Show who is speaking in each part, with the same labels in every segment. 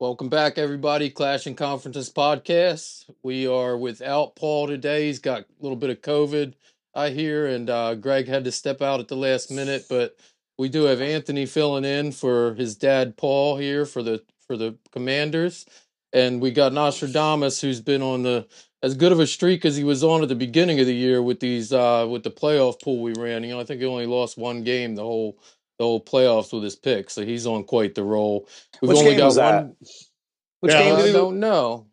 Speaker 1: Welcome back, everybody. Clash and Conferences podcast. We are without Paul today. He's got a little bit of COVID, I hear, and uh, Greg had to step out at the last minute. But we do have Anthony filling in for his dad, Paul, here for the for the Commanders, and we got Nostradamus, who's been on the as good of a streak as he was on at the beginning of the year with these uh, with the playoff pool we ran. You know, I think he only lost one game the whole the whole playoffs with his pick, so he's on quite the roll. We've
Speaker 2: Which
Speaker 1: only
Speaker 2: game
Speaker 1: got
Speaker 2: was that?
Speaker 1: one
Speaker 2: Which
Speaker 3: Yeah,
Speaker 2: game
Speaker 1: I
Speaker 2: did we?
Speaker 1: don't know.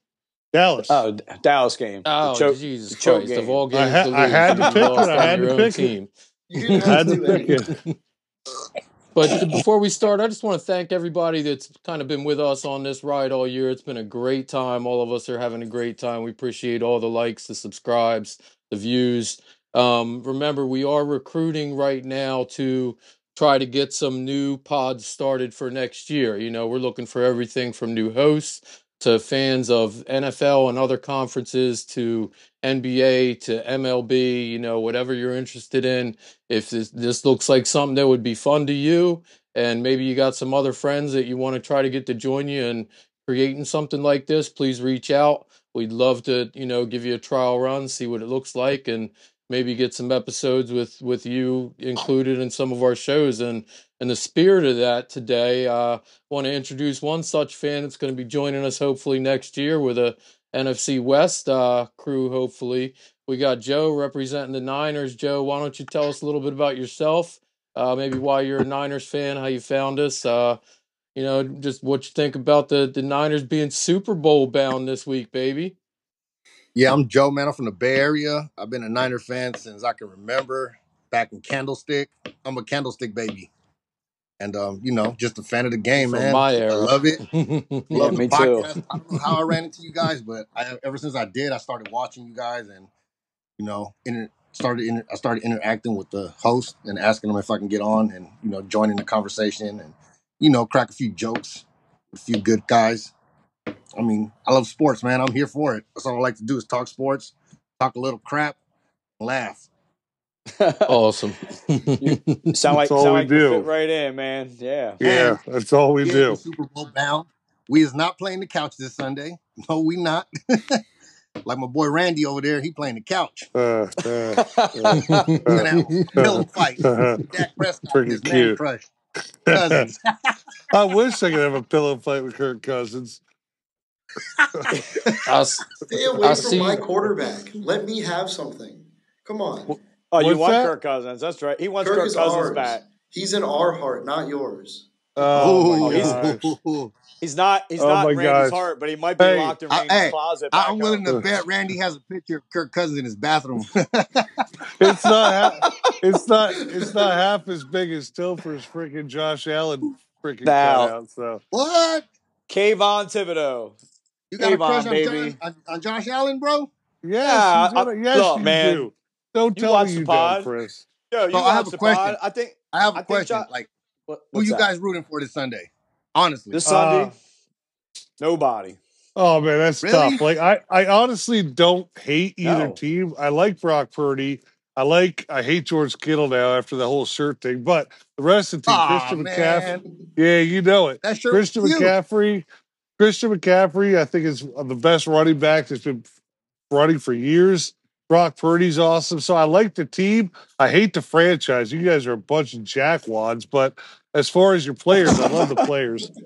Speaker 3: Dallas.
Speaker 2: Oh, D- Dallas game. The
Speaker 1: Oh,
Speaker 2: choke-
Speaker 1: Jesus
Speaker 2: choke
Speaker 1: Christ! Of
Speaker 2: game.
Speaker 1: all games,
Speaker 3: I ha-
Speaker 1: to
Speaker 3: I had
Speaker 1: lose,
Speaker 3: to
Speaker 1: you
Speaker 3: pick it.
Speaker 1: lost
Speaker 3: I
Speaker 1: on
Speaker 3: had
Speaker 1: your
Speaker 3: to
Speaker 1: own
Speaker 3: pick it.
Speaker 1: team.
Speaker 4: You didn't
Speaker 3: I had
Speaker 4: have
Speaker 3: to
Speaker 4: to
Speaker 3: pick
Speaker 4: do
Speaker 3: it.
Speaker 1: But before we start, I just want to thank everybody that's kind of been with us on this ride all year. It's been a great time. All of us are having a great time. We appreciate all the likes, the subscribes, the views. Um, remember, we are recruiting right now to try to get some new pods started for next year. You know, we're looking for everything from new hosts to fans of NFL and other conferences to NBA to MLB, you know, whatever you're interested in if this, this looks like something that would be fun to you and maybe you got some other friends that you want to try to get to join you in creating something like this please reach out we'd love to you know give you a trial run see what it looks like and maybe get some episodes with with you included in some of our shows and in the spirit of that today uh want to introduce one such fan that's going to be joining us hopefully next year with a nfc west uh crew hopefully we got Joe representing the Niners. Joe, why don't you tell us a little bit about yourself? Uh, maybe why you're a Niners fan, how you found us. Uh, you know, just what you think about the the Niners being Super Bowl bound this week, baby.
Speaker 4: Yeah, I'm Joe, man. I'm from the Bay Area. I've been a Niner fan since I can remember back in Candlestick. I'm a Candlestick baby. And, um, you know, just a fan of the game,
Speaker 1: From
Speaker 4: man.
Speaker 1: my
Speaker 4: I
Speaker 1: era.
Speaker 4: love it.
Speaker 2: Yeah,
Speaker 4: Love
Speaker 2: me
Speaker 4: the
Speaker 2: too.
Speaker 4: podcast. I don't know how I ran into you guys, but I, ever since I did, I started watching you guys and, you know, inter- started inter- I started interacting with the host and asking them if I can get on and, you know, join in the conversation and, you know, crack a few jokes, a few good guys. I mean, I love sports, man. I'm here for it. That's all I like to do is talk sports, talk a little crap, and laugh.
Speaker 1: awesome.
Speaker 2: You- sound like
Speaker 3: That's all
Speaker 2: sound
Speaker 3: we
Speaker 2: like you
Speaker 3: do.
Speaker 2: fit right in, man. Yeah.
Speaker 3: Yeah, that's all we
Speaker 4: Here
Speaker 3: do.
Speaker 4: in Super Bowl bound. We is not playing the couch this Sunday. No, we not. like my boy Randy over there, he playing the couch.
Speaker 3: Uh, uh,
Speaker 2: Oh,
Speaker 4: He's gonna have a pillow fight.
Speaker 3: uh,
Speaker 4: Dak Prescott,
Speaker 3: Pretty
Speaker 4: and his man
Speaker 3: cute.
Speaker 4: crush. Cousins.
Speaker 3: I wish I could have a pillow fight with Kirk Cousins.
Speaker 1: I s-
Speaker 4: Stay
Speaker 1: Stay away
Speaker 4: away from
Speaker 1: I
Speaker 4: my
Speaker 1: from see-
Speaker 4: my
Speaker 1: my
Speaker 4: quarterback. Let me have something. Come on.
Speaker 2: Oh, you
Speaker 3: What's
Speaker 2: want
Speaker 3: that?
Speaker 2: Kirk Cousins? That's right. He wants
Speaker 4: Kirk
Speaker 2: Kirk,
Speaker 4: is
Speaker 2: Cousins
Speaker 4: ours.
Speaker 2: back.
Speaker 4: He's in our heart, not yours.
Speaker 3: Oh,
Speaker 2: Oh,
Speaker 3: my
Speaker 2: he's-
Speaker 3: gosh.
Speaker 2: He's not. He's
Speaker 3: Oh
Speaker 2: not
Speaker 3: my
Speaker 2: Randy's
Speaker 3: gosh.
Speaker 2: heart, but he might be
Speaker 3: Hey,
Speaker 2: locked in
Speaker 4: I-
Speaker 2: Randy's
Speaker 4: hey,
Speaker 2: closet. Back
Speaker 4: I'm willing to bet Randy has a picture of Kirk Cousins in his bathroom.
Speaker 3: It's not. Ha- it's not. It's not half as big as Tilfer's freaking Josh Allen freaking
Speaker 2: Now.
Speaker 3: cutout. So
Speaker 4: what?
Speaker 2: Kayvon Thibodeau.
Speaker 4: You got a
Speaker 2: Avon,
Speaker 4: crush on,
Speaker 2: baby.
Speaker 4: John, on, on Josh Allen, bro?
Speaker 3: yes,
Speaker 2: Yeah,
Speaker 3: you gotta-
Speaker 2: I-
Speaker 3: yes,
Speaker 2: look,
Speaker 3: you
Speaker 2: man.
Speaker 3: do. Don't
Speaker 2: You
Speaker 3: tell
Speaker 2: watch
Speaker 3: me
Speaker 2: the
Speaker 3: you
Speaker 2: pod.
Speaker 3: don't, Chris.
Speaker 2: Yo, you
Speaker 4: So I
Speaker 2: watch
Speaker 4: have a
Speaker 2: the
Speaker 4: question.
Speaker 2: pod? I think.
Speaker 4: I have a
Speaker 2: I think
Speaker 4: question.
Speaker 2: Jo-
Speaker 4: like,
Speaker 2: What,
Speaker 4: who
Speaker 2: what's
Speaker 4: you
Speaker 2: that?
Speaker 4: guys rooting for this Sunday? Honestly.
Speaker 2: This Sunday.
Speaker 3: Uh,
Speaker 2: Nobody.
Speaker 3: Oh man, that's
Speaker 4: Really?
Speaker 3: tough. Like I, I honestly don't hate either
Speaker 2: No.
Speaker 3: team. I like Brock Purdy. I like I hate George Kittle now after the whole shirt thing, but the rest of the team,
Speaker 4: Aw,
Speaker 3: Christian McCaffrey.
Speaker 4: man.
Speaker 3: Yeah, you know it.
Speaker 4: That shirt
Speaker 3: Christian
Speaker 4: was cute.
Speaker 3: McCaffrey. Christian McCaffrey, I think, is the best running back that's been running for years. Brock Purdy's awesome. So I like the team. I hate the franchise. You guys are a bunch of jackwads, but as far as your players, I love the players.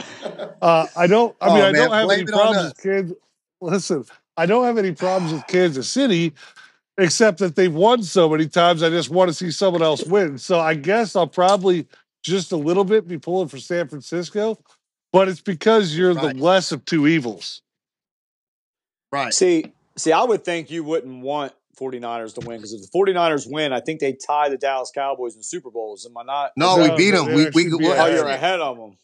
Speaker 3: Uh, I don't. I
Speaker 4: Oh,
Speaker 3: mean, I
Speaker 4: man,
Speaker 3: don't have
Speaker 4: blame
Speaker 3: any
Speaker 4: it on
Speaker 3: problems
Speaker 4: us.
Speaker 3: with kids. Listen, I don't have any problems with Kansas City, except that they've won so many times. I just want to see someone else win. So I guess I'll probably just a little bit be pulling for San Francisco, but it's because you're
Speaker 4: Right.
Speaker 3: the less of two evils.
Speaker 4: Right.
Speaker 2: See, see, I would think you wouldn't want 49ers to win because if the 49ers win, I think they tie the Dallas Cowboys in Super Bowls. Am I not?
Speaker 4: No,
Speaker 3: No,
Speaker 4: we beat him.
Speaker 3: man,
Speaker 4: We,
Speaker 3: it
Speaker 4: we,
Speaker 3: should
Speaker 4: we,
Speaker 3: be
Speaker 2: Oh,
Speaker 3: ahead.
Speaker 2: you're ahead of them.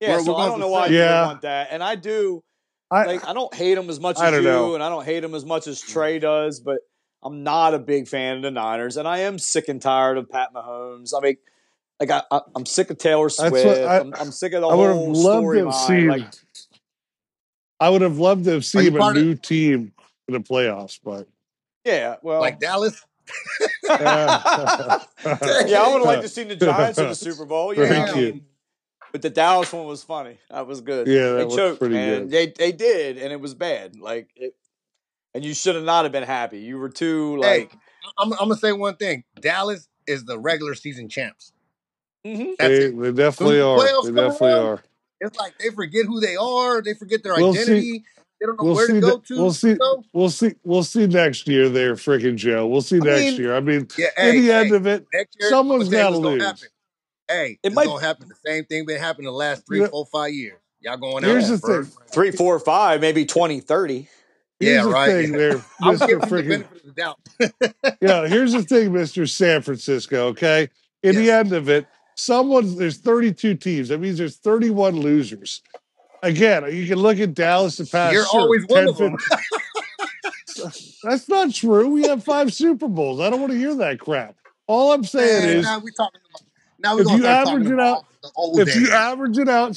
Speaker 2: Yeah,
Speaker 4: We're-
Speaker 2: so
Speaker 4: we're
Speaker 2: I
Speaker 4: going
Speaker 2: don't know
Speaker 4: for
Speaker 2: why
Speaker 4: second.
Speaker 2: you
Speaker 3: Yeah.
Speaker 2: would want that. And I do,
Speaker 3: I
Speaker 2: like, I don't hate them as much
Speaker 3: I
Speaker 2: as you,
Speaker 3: don't know.
Speaker 2: and I don't hate them as much as Trey does, but I'm not a big fan of the Niners, and I am sick and tired of Pat Mahomes. I mean, like, I, I, I'm sick of Taylor
Speaker 3: what
Speaker 2: Swift.
Speaker 3: I-
Speaker 2: I'm, I'm sick of the
Speaker 3: I would have
Speaker 2: whole
Speaker 3: loved to have
Speaker 2: storyline.
Speaker 3: seen.
Speaker 2: Like,
Speaker 3: I would have loved to have seen a
Speaker 4: part of-
Speaker 3: new team in the playoffs, but
Speaker 2: yeah, well,
Speaker 4: Like Dallas.
Speaker 2: yeah, I would have liked to see the Giants in the Super Bowl. Yeah,
Speaker 3: Thank
Speaker 2: I
Speaker 3: you.
Speaker 2: mean, But the Dallas one was funny. That was good.
Speaker 3: Yeah, that
Speaker 2: they
Speaker 3: was
Speaker 2: choked,
Speaker 3: pretty
Speaker 2: man.
Speaker 3: good.
Speaker 2: They they did, and it was bad. Like, it, and you should have not have been happy. You were too like.
Speaker 4: I'm, I'm gonna say one thing. Dallas is the regular season champs.
Speaker 2: mhm.
Speaker 4: That's
Speaker 3: They,
Speaker 4: it.
Speaker 3: they
Speaker 4: Soon
Speaker 3: definitely
Speaker 4: as the
Speaker 3: are. They
Speaker 4: playoffs come
Speaker 3: definitely
Speaker 4: around,
Speaker 3: are.
Speaker 4: it's like they forget who they are. They forget their
Speaker 3: We'll see.
Speaker 4: identity. They don't know
Speaker 3: We'll
Speaker 4: where to
Speaker 3: see
Speaker 4: go
Speaker 3: that. We'll
Speaker 4: to.
Speaker 3: see.
Speaker 4: So
Speaker 3: We'll see. We'll see next year. There, freaking Joe. We'll see
Speaker 4: I
Speaker 3: next
Speaker 4: mean,
Speaker 3: year. I mean,
Speaker 4: yeah.
Speaker 3: in
Speaker 4: Hey,
Speaker 3: the end
Speaker 4: hey.
Speaker 3: of it,
Speaker 4: Next year, I'm
Speaker 3: someone's
Speaker 4: gonna tell
Speaker 3: got
Speaker 4: you
Speaker 3: to
Speaker 4: what's gonna happen.
Speaker 3: lose.
Speaker 4: Hey,
Speaker 2: It
Speaker 4: it's
Speaker 2: might.
Speaker 4: gonna happen. The same thing been happening the last
Speaker 3: You
Speaker 4: three,
Speaker 3: know,
Speaker 4: four, five years. Y'all going out
Speaker 3: here's
Speaker 2: Yeah,
Speaker 3: the
Speaker 4: first
Speaker 3: thing.
Speaker 4: round.
Speaker 2: three, four, five, maybe 20, 30.
Speaker 4: Yeah,
Speaker 3: Here's the
Speaker 4: right. Yeah.
Speaker 3: thing, there,
Speaker 4: I'm
Speaker 3: Mister
Speaker 4: giving you the
Speaker 3: Freaking.
Speaker 4: benefit of the doubt.
Speaker 3: You know, here's the thing, Mister San Francisco. Okay, in
Speaker 4: Yes.
Speaker 3: the end of it, someone there's 32 teams. That means there's 31 losers. Again, you can look at Dallas the past
Speaker 4: You're
Speaker 3: sure
Speaker 4: always one
Speaker 3: 10,
Speaker 4: of them.
Speaker 3: 15, That's not true. We have five Super Bowls. I don't want to hear that crap. All I'm saying
Speaker 4: Man,
Speaker 3: is
Speaker 4: now we talking about now we're
Speaker 3: if
Speaker 4: gonna
Speaker 3: you
Speaker 4: start talking
Speaker 3: average it
Speaker 4: about
Speaker 3: out,
Speaker 4: all the old
Speaker 3: if you
Speaker 4: days.
Speaker 3: average it out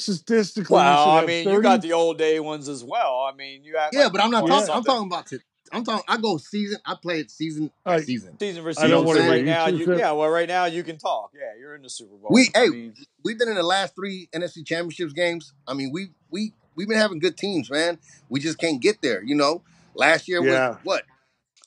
Speaker 3: statistically, you
Speaker 2: Well,
Speaker 3: should
Speaker 2: I
Speaker 3: have
Speaker 2: mean, you got
Speaker 3: 30.
Speaker 2: the old day ones as well. I mean, you had
Speaker 4: Yeah,
Speaker 2: like
Speaker 4: but I'm not
Speaker 2: 20
Speaker 4: talking
Speaker 3: Yeah.
Speaker 4: I'm
Speaker 2: something.
Speaker 4: talking about to I'm talking I go season I play it season by
Speaker 3: I
Speaker 4: season.
Speaker 2: Season for
Speaker 3: I
Speaker 4: You know what
Speaker 3: don't
Speaker 2: season. So
Speaker 3: want to hear
Speaker 4: I'm saying?
Speaker 2: right
Speaker 3: you
Speaker 2: now,
Speaker 3: two
Speaker 2: you,
Speaker 3: cents.
Speaker 2: yeah, well, right now you can talk. Yeah, you're in the Super Bowl.
Speaker 4: We
Speaker 2: I
Speaker 4: hey,
Speaker 2: mean,
Speaker 4: we've been in the last three NFC championships games. I mean, we we we've been having good teams, man. We just can't get there, you know. Last year was
Speaker 3: Yeah.
Speaker 4: what?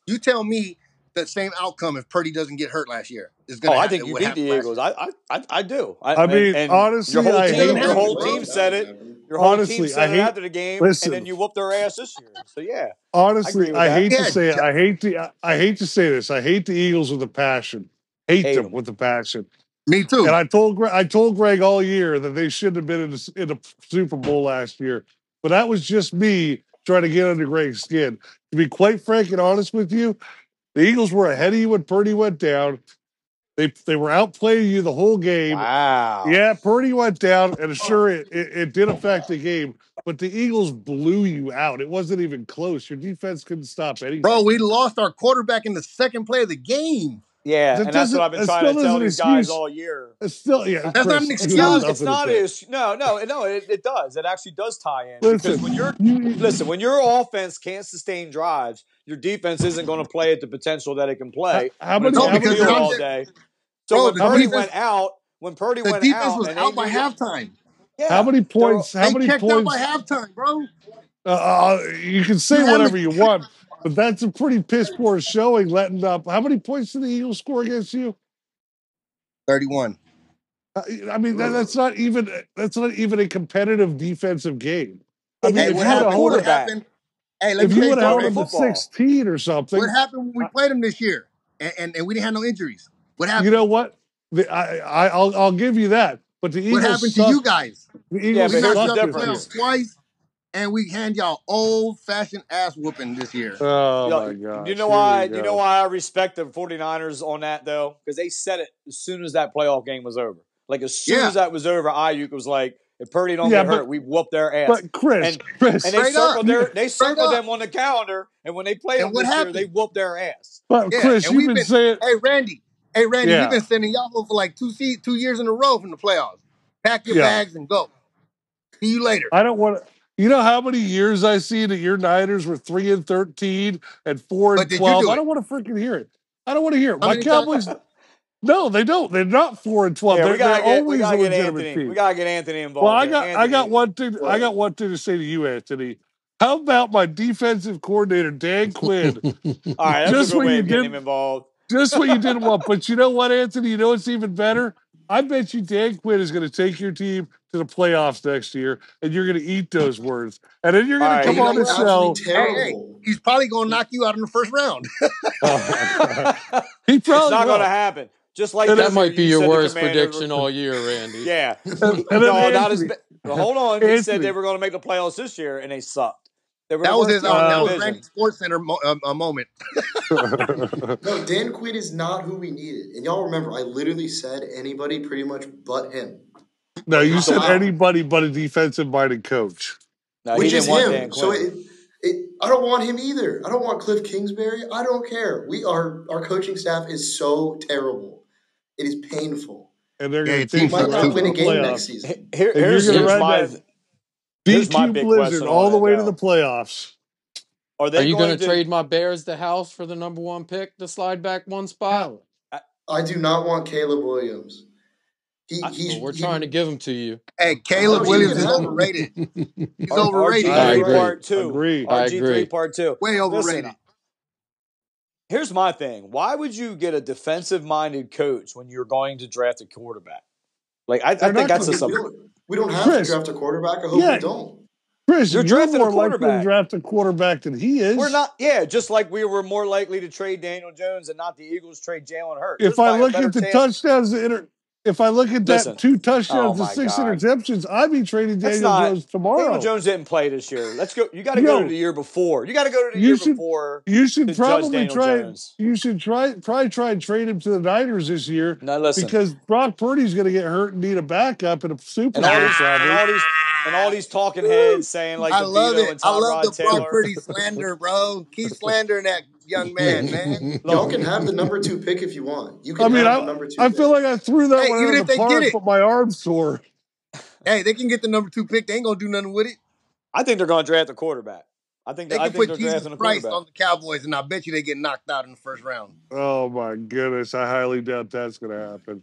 Speaker 4: You tell me the same outcome if Purdy doesn't get hurt last year is
Speaker 2: oh,
Speaker 4: gonna
Speaker 2: I
Speaker 4: happen
Speaker 2: think you
Speaker 4: what
Speaker 2: beat the
Speaker 4: happened last
Speaker 2: Eagles. I I, I, I do. I,
Speaker 3: I
Speaker 2: and,
Speaker 3: mean,
Speaker 2: and your
Speaker 3: honestly,
Speaker 2: whole
Speaker 3: I
Speaker 4: year. It doesn't
Speaker 2: team,
Speaker 3: hate
Speaker 2: your
Speaker 4: happen,
Speaker 2: whole
Speaker 3: that.
Speaker 4: bro.
Speaker 2: team said it. Your whole team
Speaker 3: Honestly, I
Speaker 2: said it
Speaker 3: hate.
Speaker 2: after the game, and then
Speaker 3: Listen,
Speaker 2: you whooped their ass this year. So yeah, I
Speaker 3: honestly,
Speaker 2: agree with
Speaker 3: I
Speaker 2: that.
Speaker 3: hate to
Speaker 4: Yeah,
Speaker 3: say it.
Speaker 4: Ja-
Speaker 3: I hate the. I, I hate to say this. I hate the Eagles with a passion. Hate
Speaker 2: Hate
Speaker 3: them
Speaker 2: them.
Speaker 3: with a passion.
Speaker 4: me
Speaker 3: And
Speaker 4: too.
Speaker 3: I told Greg, I told Greg all year that they shouldn't have been in the, in the Super Bowl last year, but that was just me trying to get under Greg's skin. To be quite frank and honest with you, the Eagles were ahead of you when Purdy went down. They they were outplaying you the whole game.
Speaker 2: Wow.
Speaker 3: Yeah, Purdy went down, and sure it, it, it did affect the game, but the Eagles blew you out. It wasn't even close. Your defense couldn't stop
Speaker 4: Bro,
Speaker 3: anything.
Speaker 4: we lost our quarterback in the second play of the game.
Speaker 2: Yeah,
Speaker 3: That
Speaker 2: and that's what
Speaker 3: doesn't.
Speaker 2: I've been
Speaker 3: That
Speaker 2: trying
Speaker 3: still
Speaker 2: to tell
Speaker 3: isn't an
Speaker 2: these guys
Speaker 3: excuse.
Speaker 2: all year.
Speaker 3: It's still yeah,
Speaker 4: That's not
Speaker 3: Chris.
Speaker 4: an
Speaker 3: It's
Speaker 2: It's
Speaker 3: still
Speaker 2: not.
Speaker 4: excuse.
Speaker 2: It's
Speaker 3: nothing to
Speaker 2: not
Speaker 3: say.
Speaker 2: is no, no, no. It, it does. It actually does tie in because
Speaker 3: Listen,
Speaker 2: when you're
Speaker 3: you
Speaker 2: listen, when your offense can't sustain drives, your defense isn't going to play at the potential that it can
Speaker 3: How,
Speaker 2: play
Speaker 3: how
Speaker 2: when it's on the
Speaker 3: many? How many
Speaker 4: No, because
Speaker 2: field
Speaker 3: times?
Speaker 2: all
Speaker 4: Dante,
Speaker 2: day. So
Speaker 4: bro,
Speaker 2: when
Speaker 4: the
Speaker 3: How
Speaker 2: Purdy
Speaker 3: many?
Speaker 2: went
Speaker 4: defense,
Speaker 2: out, when Purdy
Speaker 4: the
Speaker 2: went
Speaker 4: defense
Speaker 2: out
Speaker 4: was
Speaker 2: and they
Speaker 4: out by
Speaker 2: needed,
Speaker 4: halftime.
Speaker 3: How
Speaker 2: yeah,
Speaker 3: many
Speaker 2: they're
Speaker 3: points? How
Speaker 4: They
Speaker 3: many
Speaker 4: checked out by
Speaker 3: points?
Speaker 4: halftime, bro.
Speaker 3: Uh, uh, you can say
Speaker 4: You haven't.
Speaker 3: whatever you want, but that's a pretty piss poor showing. Letting up. How many points did the Eagles score against you?
Speaker 4: Thirty-one.
Speaker 3: Uh, I mean, that, that's not even that's not even a competitive defensive game. I
Speaker 2: it's
Speaker 3: mean,
Speaker 4: Hey,
Speaker 3: if
Speaker 4: what
Speaker 3: you
Speaker 2: without
Speaker 3: would
Speaker 2: a
Speaker 3: have held it,
Speaker 4: happened? What
Speaker 2: quarterback.
Speaker 4: happened? Hey, let
Speaker 3: if
Speaker 4: me
Speaker 3: you
Speaker 4: tell you
Speaker 3: would
Speaker 4: a
Speaker 3: have
Speaker 2: Throw
Speaker 3: held
Speaker 2: the
Speaker 4: story.
Speaker 3: them to
Speaker 2: football.
Speaker 3: sixteen or
Speaker 4: What
Speaker 3: something,
Speaker 4: happened when we
Speaker 3: I,
Speaker 4: played them this year, and and, and we didn't have no injuries? What
Speaker 3: you
Speaker 4: happened?
Speaker 3: know what? The, I, I I'll I'll give you that. But the
Speaker 4: What
Speaker 3: Eagles
Speaker 4: happened to you
Speaker 3: sucked.
Speaker 4: guys?
Speaker 3: The
Speaker 2: Yeah,
Speaker 3: Eagles
Speaker 4: We
Speaker 2: but here's
Speaker 4: knocked
Speaker 2: the
Speaker 4: you
Speaker 3: sucked
Speaker 4: out the
Speaker 3: this
Speaker 2: difference.
Speaker 4: playoffs
Speaker 3: year.
Speaker 4: twice, and we hand y'all old-fashioned ass whooping this year.
Speaker 3: Oh
Speaker 2: You know,
Speaker 3: my
Speaker 2: you
Speaker 3: gosh!
Speaker 2: know
Speaker 3: Here we
Speaker 2: why? You know
Speaker 3: go.
Speaker 2: why I respect the 49ers on that though, because they said it as soon as that playoff game was over. Like as soon
Speaker 4: Yeah,
Speaker 2: as that was over, Ayuk was like, "If Purdy don't
Speaker 3: Yeah,
Speaker 2: get
Speaker 3: but
Speaker 2: hurt, we whoop their ass."
Speaker 3: But Chris,
Speaker 2: And and
Speaker 3: Chris,
Speaker 2: they
Speaker 4: straight up,
Speaker 2: circled
Speaker 3: you,
Speaker 2: their they
Speaker 4: straight
Speaker 2: circled
Speaker 4: up.
Speaker 2: them on the calendar, and when they played
Speaker 4: And
Speaker 2: them
Speaker 4: what
Speaker 2: this year,
Speaker 4: happened?
Speaker 2: they whooped their ass.
Speaker 3: but
Speaker 4: Yeah,
Speaker 3: Chris,
Speaker 4: and
Speaker 3: you've
Speaker 4: we've
Speaker 3: been
Speaker 4: been,
Speaker 3: saying,
Speaker 4: hey Randy, hey Randy, we've
Speaker 3: yeah,
Speaker 4: been sending y'all home for like two se- two years in a row from the playoffs. Pack your
Speaker 3: yeah. Uh,
Speaker 4: bags and go. See you later.
Speaker 3: I don't want to. You know how many years I see that your Niners were three and thirteen and four
Speaker 4: But
Speaker 3: and
Speaker 4: did you
Speaker 3: twelve.
Speaker 4: do
Speaker 3: I
Speaker 4: it?
Speaker 3: don't want to freaking hear it. I don't want to hear it.
Speaker 4: How
Speaker 3: My
Speaker 4: many times?
Speaker 3: Cowboys, no, they don't. They're not four and twelve.
Speaker 2: Yeah, we
Speaker 3: They're they're
Speaker 2: gotta get we
Speaker 3: always a
Speaker 2: gotta get
Speaker 3: legitimate
Speaker 2: Anthony. We
Speaker 3: team.
Speaker 2: gotta get Anthony
Speaker 3: Well,
Speaker 2: involved
Speaker 3: I
Speaker 2: here.
Speaker 3: got I got
Speaker 2: Anthony,
Speaker 3: one thing I
Speaker 2: what?
Speaker 3: got one thing to say to you, Anthony. How about my defensive coordinator Dan Quinn?
Speaker 2: All right, that's a
Speaker 3: Just
Speaker 2: good
Speaker 3: what
Speaker 2: way
Speaker 3: you
Speaker 2: of getting him
Speaker 3: did
Speaker 2: involved.
Speaker 3: just what you didn't want. But you know what, Anthony? You know what's even better? I bet you Dan Quinn is going to take your team to the playoffs next year, and you're going to eat those words. And then you're
Speaker 2: All
Speaker 3: going to
Speaker 4: And
Speaker 2: right,
Speaker 3: come
Speaker 4: you know
Speaker 3: on the
Speaker 4: what?
Speaker 3: show.
Speaker 4: Hey, hey, he's probably gonna knock you out in the first round.
Speaker 3: Oh my God. He
Speaker 2: it's
Speaker 3: probably
Speaker 2: not going to
Speaker 3: will.
Speaker 2: happen. Just like
Speaker 3: And
Speaker 1: That
Speaker 2: this
Speaker 3: then,
Speaker 2: year,
Speaker 1: might be
Speaker 2: you
Speaker 1: your
Speaker 2: said the
Speaker 1: worst
Speaker 2: Commanders were.
Speaker 1: prediction all year, Randy.
Speaker 2: Yeah,
Speaker 3: and, and then
Speaker 2: no, not as.
Speaker 3: Anthony,
Speaker 2: Ba- Hold on, he said they
Speaker 3: Anthony.
Speaker 2: were going to make the playoffs this year, and they sucked. They were the
Speaker 4: That was
Speaker 2: worst
Speaker 4: his.
Speaker 2: team in
Speaker 4: Um,
Speaker 2: the
Speaker 4: that
Speaker 3: Uh,
Speaker 4: was Randy's
Speaker 2: division.
Speaker 4: Sports Center mo- um, uh, moment.
Speaker 5: No, Dan Quinn is not who we needed. And y'all remember, I literally said anybody pretty much but him.
Speaker 3: no,
Speaker 5: Like,
Speaker 3: you
Speaker 5: I'm
Speaker 3: said
Speaker 2: So
Speaker 5: out.
Speaker 3: anybody but a defensive-minded coach.
Speaker 2: no, he
Speaker 5: Which
Speaker 2: didn't
Speaker 5: is
Speaker 2: want Dan
Speaker 5: him. So
Speaker 2: Quinn.
Speaker 5: it, it, I don't want him either. I don't want Cliff Kingsbury. I don't care. We are our coaching staff is so terrible. It is painful.
Speaker 3: And they're
Speaker 4: Yeah,
Speaker 3: going
Speaker 4: your
Speaker 3: to
Speaker 5: We
Speaker 4: team
Speaker 3: take you
Speaker 5: might
Speaker 3: right
Speaker 4: sucks
Speaker 5: not
Speaker 4: too.
Speaker 3: to
Speaker 5: win a
Speaker 3: the
Speaker 5: game next
Speaker 3: playoffs,
Speaker 2: He-
Speaker 5: season.
Speaker 2: Here,
Speaker 3: and you're
Speaker 2: here's
Speaker 3: going to
Speaker 2: here's here's
Speaker 3: ride
Speaker 2: my
Speaker 3: that
Speaker 2: here's my
Speaker 3: D2
Speaker 2: big
Speaker 3: Blizzard
Speaker 2: question on
Speaker 3: all the
Speaker 2: it
Speaker 3: way to the
Speaker 2: though.
Speaker 3: playoffs.
Speaker 2: Are
Speaker 1: Are
Speaker 2: they
Speaker 1: you going
Speaker 2: going
Speaker 1: to
Speaker 2: to
Speaker 1: trade my Bears the house for the number one pick to slide back one spot?
Speaker 3: How?
Speaker 2: I-
Speaker 5: I do not want Caleb Williams. He
Speaker 2: I-
Speaker 5: he's
Speaker 1: But we're
Speaker 5: he-
Speaker 1: trying to give them to you.
Speaker 4: Hey,
Speaker 2: Oh,
Speaker 4: Caleb
Speaker 5: No, he
Speaker 4: Williams
Speaker 5: can
Speaker 4: is
Speaker 5: have it.
Speaker 4: overrated. He's
Speaker 2: R-
Speaker 4: overrated.
Speaker 3: I
Speaker 2: RG3
Speaker 3: agree.
Speaker 2: part two.
Speaker 3: Agree.
Speaker 1: I agree.
Speaker 2: RG3 part two.
Speaker 4: Way
Speaker 2: Listen,
Speaker 4: overrated.
Speaker 2: here's my thing. Why would you get a defensive minded coach when you're going to draft a quarterback? Like, I, I
Speaker 3: They're
Speaker 2: think
Speaker 3: not
Speaker 2: that's a
Speaker 3: gonna-
Speaker 5: We
Speaker 2: sub.
Speaker 5: don't we don't have to
Speaker 3: Chris,
Speaker 5: draft a quarterback. I hope
Speaker 3: yeah,
Speaker 5: we don't.
Speaker 3: Chris,
Speaker 2: You're
Speaker 3: you're
Speaker 2: drafting a
Speaker 3: more likely to
Speaker 2: quarterback.
Speaker 3: draft a quarterback than he is.
Speaker 2: We're not, yeah, just like we were more likely to trade Daniel Jones and not the Eagles trade Jalen Hurts. There's
Speaker 3: If I
Speaker 2: probably a
Speaker 3: look
Speaker 2: better
Speaker 3: at the
Speaker 2: chance.
Speaker 3: touchdowns, the inter, if I look at
Speaker 2: Listen,
Speaker 3: that two
Speaker 2: oh
Speaker 3: touchdowns and
Speaker 2: my
Speaker 3: six
Speaker 2: God.
Speaker 3: interceptions, I'd be trading
Speaker 2: That's
Speaker 3: Daniel
Speaker 2: not,
Speaker 3: Jones
Speaker 2: Daniel
Speaker 3: tomorrow.
Speaker 2: Jones didn't play this year. Let's go, you got to go to
Speaker 3: Yo,
Speaker 2: the year before. You got to go to the
Speaker 3: you
Speaker 2: year
Speaker 3: should
Speaker 2: before
Speaker 3: you should
Speaker 2: to judge
Speaker 3: probably
Speaker 2: Daniel
Speaker 3: try
Speaker 2: Jones.
Speaker 3: you should try probably try and trade him to the Niners this year
Speaker 2: Now, listen,
Speaker 3: because Brock Purdy's going to get hurt and need a backup and a
Speaker 2: and all these
Speaker 3: superstar
Speaker 2: and
Speaker 3: probably.
Speaker 2: all these and all these talking heads saying like
Speaker 4: I
Speaker 2: the
Speaker 4: love
Speaker 2: Vito
Speaker 4: it.
Speaker 2: and
Speaker 4: I love
Speaker 2: Tyrod
Speaker 4: the Brock
Speaker 2: Taylor.
Speaker 4: Purdy slander, bro. Keep slandering that young man, man.
Speaker 5: Y'all
Speaker 2: Look,
Speaker 5: can have the number two pick if you want. You
Speaker 3: I
Speaker 5: can
Speaker 3: mean,
Speaker 5: have the
Speaker 3: I
Speaker 5: number two
Speaker 3: I feel
Speaker 5: pick.
Speaker 3: like I threw that
Speaker 4: Hey,
Speaker 3: one out
Speaker 4: even
Speaker 3: of the
Speaker 4: if they get
Speaker 3: park,
Speaker 4: it,
Speaker 3: but my arm's sore.
Speaker 4: hey, they can get the number two pick. They ain't gonna do nothing with it.
Speaker 2: I think they're going to draft a quarterback. I think
Speaker 4: They
Speaker 2: I
Speaker 4: can
Speaker 2: think
Speaker 4: put
Speaker 2: they're
Speaker 4: Jesus
Speaker 2: drafting a
Speaker 4: Christ
Speaker 2: quarterback.
Speaker 4: on the Cowboys, and I bet you they get knocked out in the first round.
Speaker 3: Oh my goodness, I highly doubt that's going to happen.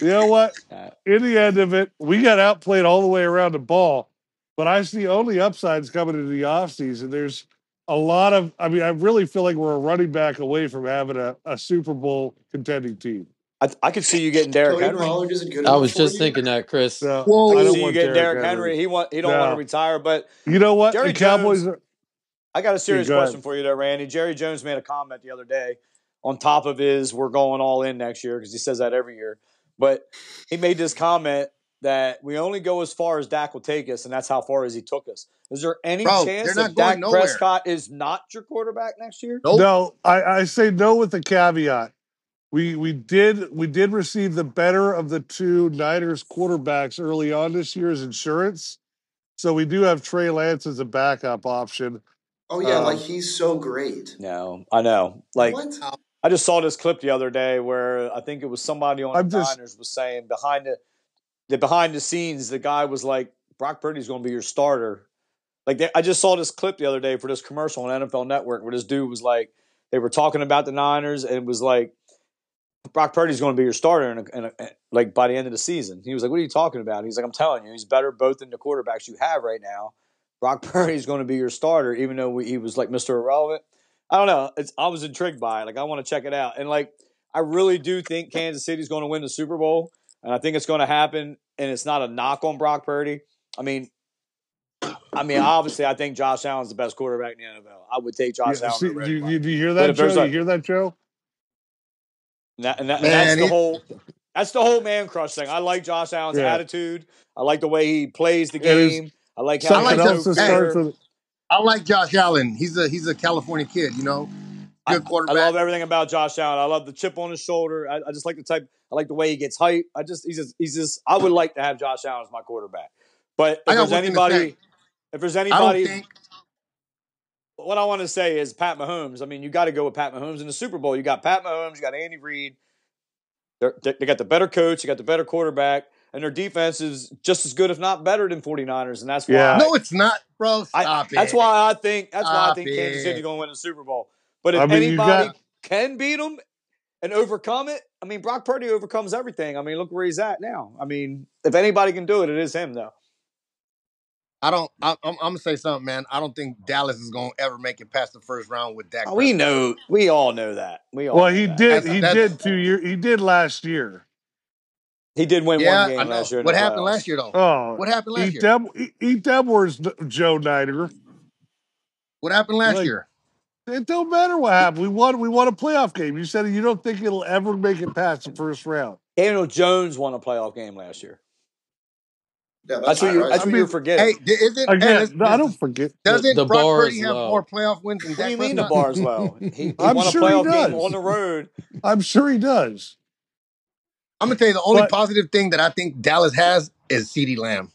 Speaker 3: You know what?
Speaker 2: Uh,
Speaker 3: In the end of it, we got outplayed all the way around the ball, but I see only upsides coming into the offseason. There's a lot of, I mean, I really feel like we're a running back away from having a, a Super Bowl contending team.
Speaker 2: I I could see you getting Derrick
Speaker 5: Tony
Speaker 2: Henry.
Speaker 5: Pollard isn't good
Speaker 1: I
Speaker 5: enough
Speaker 1: was
Speaker 5: for
Speaker 1: just
Speaker 5: you.
Speaker 1: thinking that, Chris.
Speaker 3: No,
Speaker 2: I
Speaker 3: I
Speaker 2: could
Speaker 4: Whoa.
Speaker 3: don't
Speaker 2: see you
Speaker 3: want
Speaker 2: getting
Speaker 3: Derrick
Speaker 2: Derrick
Speaker 3: Henry.
Speaker 2: Henry. He want he don't want to
Speaker 3: No.
Speaker 2: retire, but
Speaker 3: You know what? The
Speaker 2: Jerry
Speaker 3: Cowboys
Speaker 2: Jones.
Speaker 3: are,
Speaker 2: I got a
Speaker 3: yeah,
Speaker 2: serious
Speaker 3: go ahead.
Speaker 2: question for you there, Randy. Jerry Jones made a comment the other day on top of his we're going all in next year because he says that every year. But he made this comment that we only go as far as Dak will take us, and that's how far as he took us. Is there any
Speaker 4: Bro, they're
Speaker 2: chance
Speaker 4: not
Speaker 2: that
Speaker 4: going
Speaker 2: Dak
Speaker 4: nowhere.
Speaker 2: Prescott is not your quarterback next year?
Speaker 4: Nope.
Speaker 3: No, I, I say no with the caveat. We we did we did receive the better of the two Niners quarterbacks early on this year as insurance. So we do have Trey Lance as a backup option.
Speaker 5: Oh yeah, like
Speaker 3: Um,
Speaker 5: he's so great.
Speaker 2: No, I know. Like
Speaker 5: What?
Speaker 4: Wow.
Speaker 2: I just saw this clip the other day where I think it was somebody on the
Speaker 3: I'm just
Speaker 2: Niners was saying behind the, the behind the scenes, the guy was like, Brock Purdy's going to be your starter Like they, I just saw this clip the other day for this commercial on NFL Network where this dude was like, they were talking about the Niners and it was like, Brock Purdy's going to be your starter in a, in a, like by the end of the season. He was like, "What are you talking about?" He's like, "I'm telling you, he's better both than the quarterbacks you have right now. Brock Purdy's going to be your starter, even though we, he was like Mr. Irrelevant." I don't know. It's I was intrigued by it. Like I want to check it out, and like I really do think Kansas City's going to win the Super Bowl, and I think it's going to happen. And it's not a knock on Brock Purdy. I mean, I mean, obviously, I think Josh Allen's the best quarterback in the NFL. I would take Josh
Speaker 3: yeah.
Speaker 2: Allen
Speaker 3: See,
Speaker 2: over
Speaker 3: do,
Speaker 2: anybody.
Speaker 3: you, do you hear
Speaker 2: But
Speaker 3: that,
Speaker 2: if there's
Speaker 3: Joe?
Speaker 2: a
Speaker 3: You hear that, Joe?
Speaker 2: and, that, and, that, and that's
Speaker 4: Man,
Speaker 2: the
Speaker 4: he,
Speaker 2: whole that's the whole man crush thing. I like Josh Allen's
Speaker 3: Yeah,
Speaker 2: attitude. I like the way he plays the
Speaker 3: it is
Speaker 2: game. I like how
Speaker 4: I
Speaker 2: he
Speaker 3: something
Speaker 4: like
Speaker 2: has
Speaker 4: Josh.
Speaker 2: no
Speaker 3: else that
Speaker 4: Hey,
Speaker 3: starts
Speaker 2: fear.
Speaker 3: with.
Speaker 4: I like Josh Allen. He's a he's a California kid, you know,
Speaker 2: I,
Speaker 4: good
Speaker 2: I
Speaker 4: quarterback.
Speaker 2: love everything about Josh Allen. I love the chip on his shoulder. I, I just like the type. I like the way he gets hype. I just he's just he's just. I would like to have Josh Allen as my quarterback. But
Speaker 4: I
Speaker 2: if
Speaker 4: got
Speaker 2: there's
Speaker 4: one thing to say.
Speaker 2: anybody, if there's
Speaker 4: I don't
Speaker 2: anybody
Speaker 4: think
Speaker 2: what I want to say is Pat Mahomes. I mean, you got to go with Pat Mahomes in the Super Bowl. You got Pat Mahomes, you got Andy Reid. They're, they they got the better coach, you got the better quarterback, and their defense is just as good, if not better, than 49ers. And that's
Speaker 3: Yeah,
Speaker 2: why
Speaker 4: no, it's not, bro.
Speaker 2: I
Speaker 4: Stop
Speaker 2: that's
Speaker 4: it.
Speaker 2: why I think that's why I
Speaker 4: Stop
Speaker 2: think Kansas City's
Speaker 4: it.
Speaker 2: going to win the Super Bowl. But if
Speaker 3: I mean, you got
Speaker 2: anybody can beat them and overcome it, I mean, Brock Purdy overcomes everything. I mean, look where he's at now. I mean, if anybody can do it, it is him, though.
Speaker 4: I don't. I, I'm, I'm gonna say something, man. I don't think Dallas is gonna ever make it past the first round with Dak
Speaker 2: Oh, we
Speaker 4: Prescott.
Speaker 2: know, we all know that. We all
Speaker 3: well,
Speaker 2: know
Speaker 3: he
Speaker 2: that.
Speaker 3: did.
Speaker 4: That's
Speaker 3: He
Speaker 4: that's
Speaker 3: did two year. He did last year.
Speaker 2: He did win one
Speaker 4: yeah. I
Speaker 2: game
Speaker 4: know
Speaker 2: last year in the
Speaker 4: what happened
Speaker 2: playoffs.
Speaker 4: last year though.
Speaker 3: Oh,
Speaker 4: What happened last
Speaker 3: eat
Speaker 4: year?
Speaker 3: Deb, eat Debworth's Joe Niner.
Speaker 4: What happened last
Speaker 3: Like
Speaker 4: year?
Speaker 3: it don't matter what happened. We won. We won a playoff game. You said you don't think it'll ever make it past the first round.
Speaker 2: Daniel Jones won a playoff game last year.
Speaker 5: Yeah, that's
Speaker 2: That's what
Speaker 3: I,
Speaker 2: you.
Speaker 3: I
Speaker 2: That's
Speaker 5: surprising.
Speaker 2: what you're
Speaker 3: mean,
Speaker 4: Hey,
Speaker 2: forgetting.
Speaker 4: d- isn't hey? Let's,
Speaker 3: again, I
Speaker 4: let's,
Speaker 3: don't forget
Speaker 1: The
Speaker 4: doesn't
Speaker 1: the
Speaker 4: Brock
Speaker 1: bar
Speaker 4: Purdy
Speaker 1: is
Speaker 4: have more
Speaker 1: low.
Speaker 4: playoff wins than
Speaker 2: What do you
Speaker 4: Dak
Speaker 2: mean the
Speaker 4: Prescott?
Speaker 2: bar is low? He he
Speaker 3: I'm
Speaker 2: won a
Speaker 3: sure he
Speaker 2: playoff game on
Speaker 3: does.
Speaker 2: the road.
Speaker 3: I'm sure he does.
Speaker 4: I'm gonna tell you the only
Speaker 3: But
Speaker 4: positive thing that I think Dallas has is Ceedee Lamb.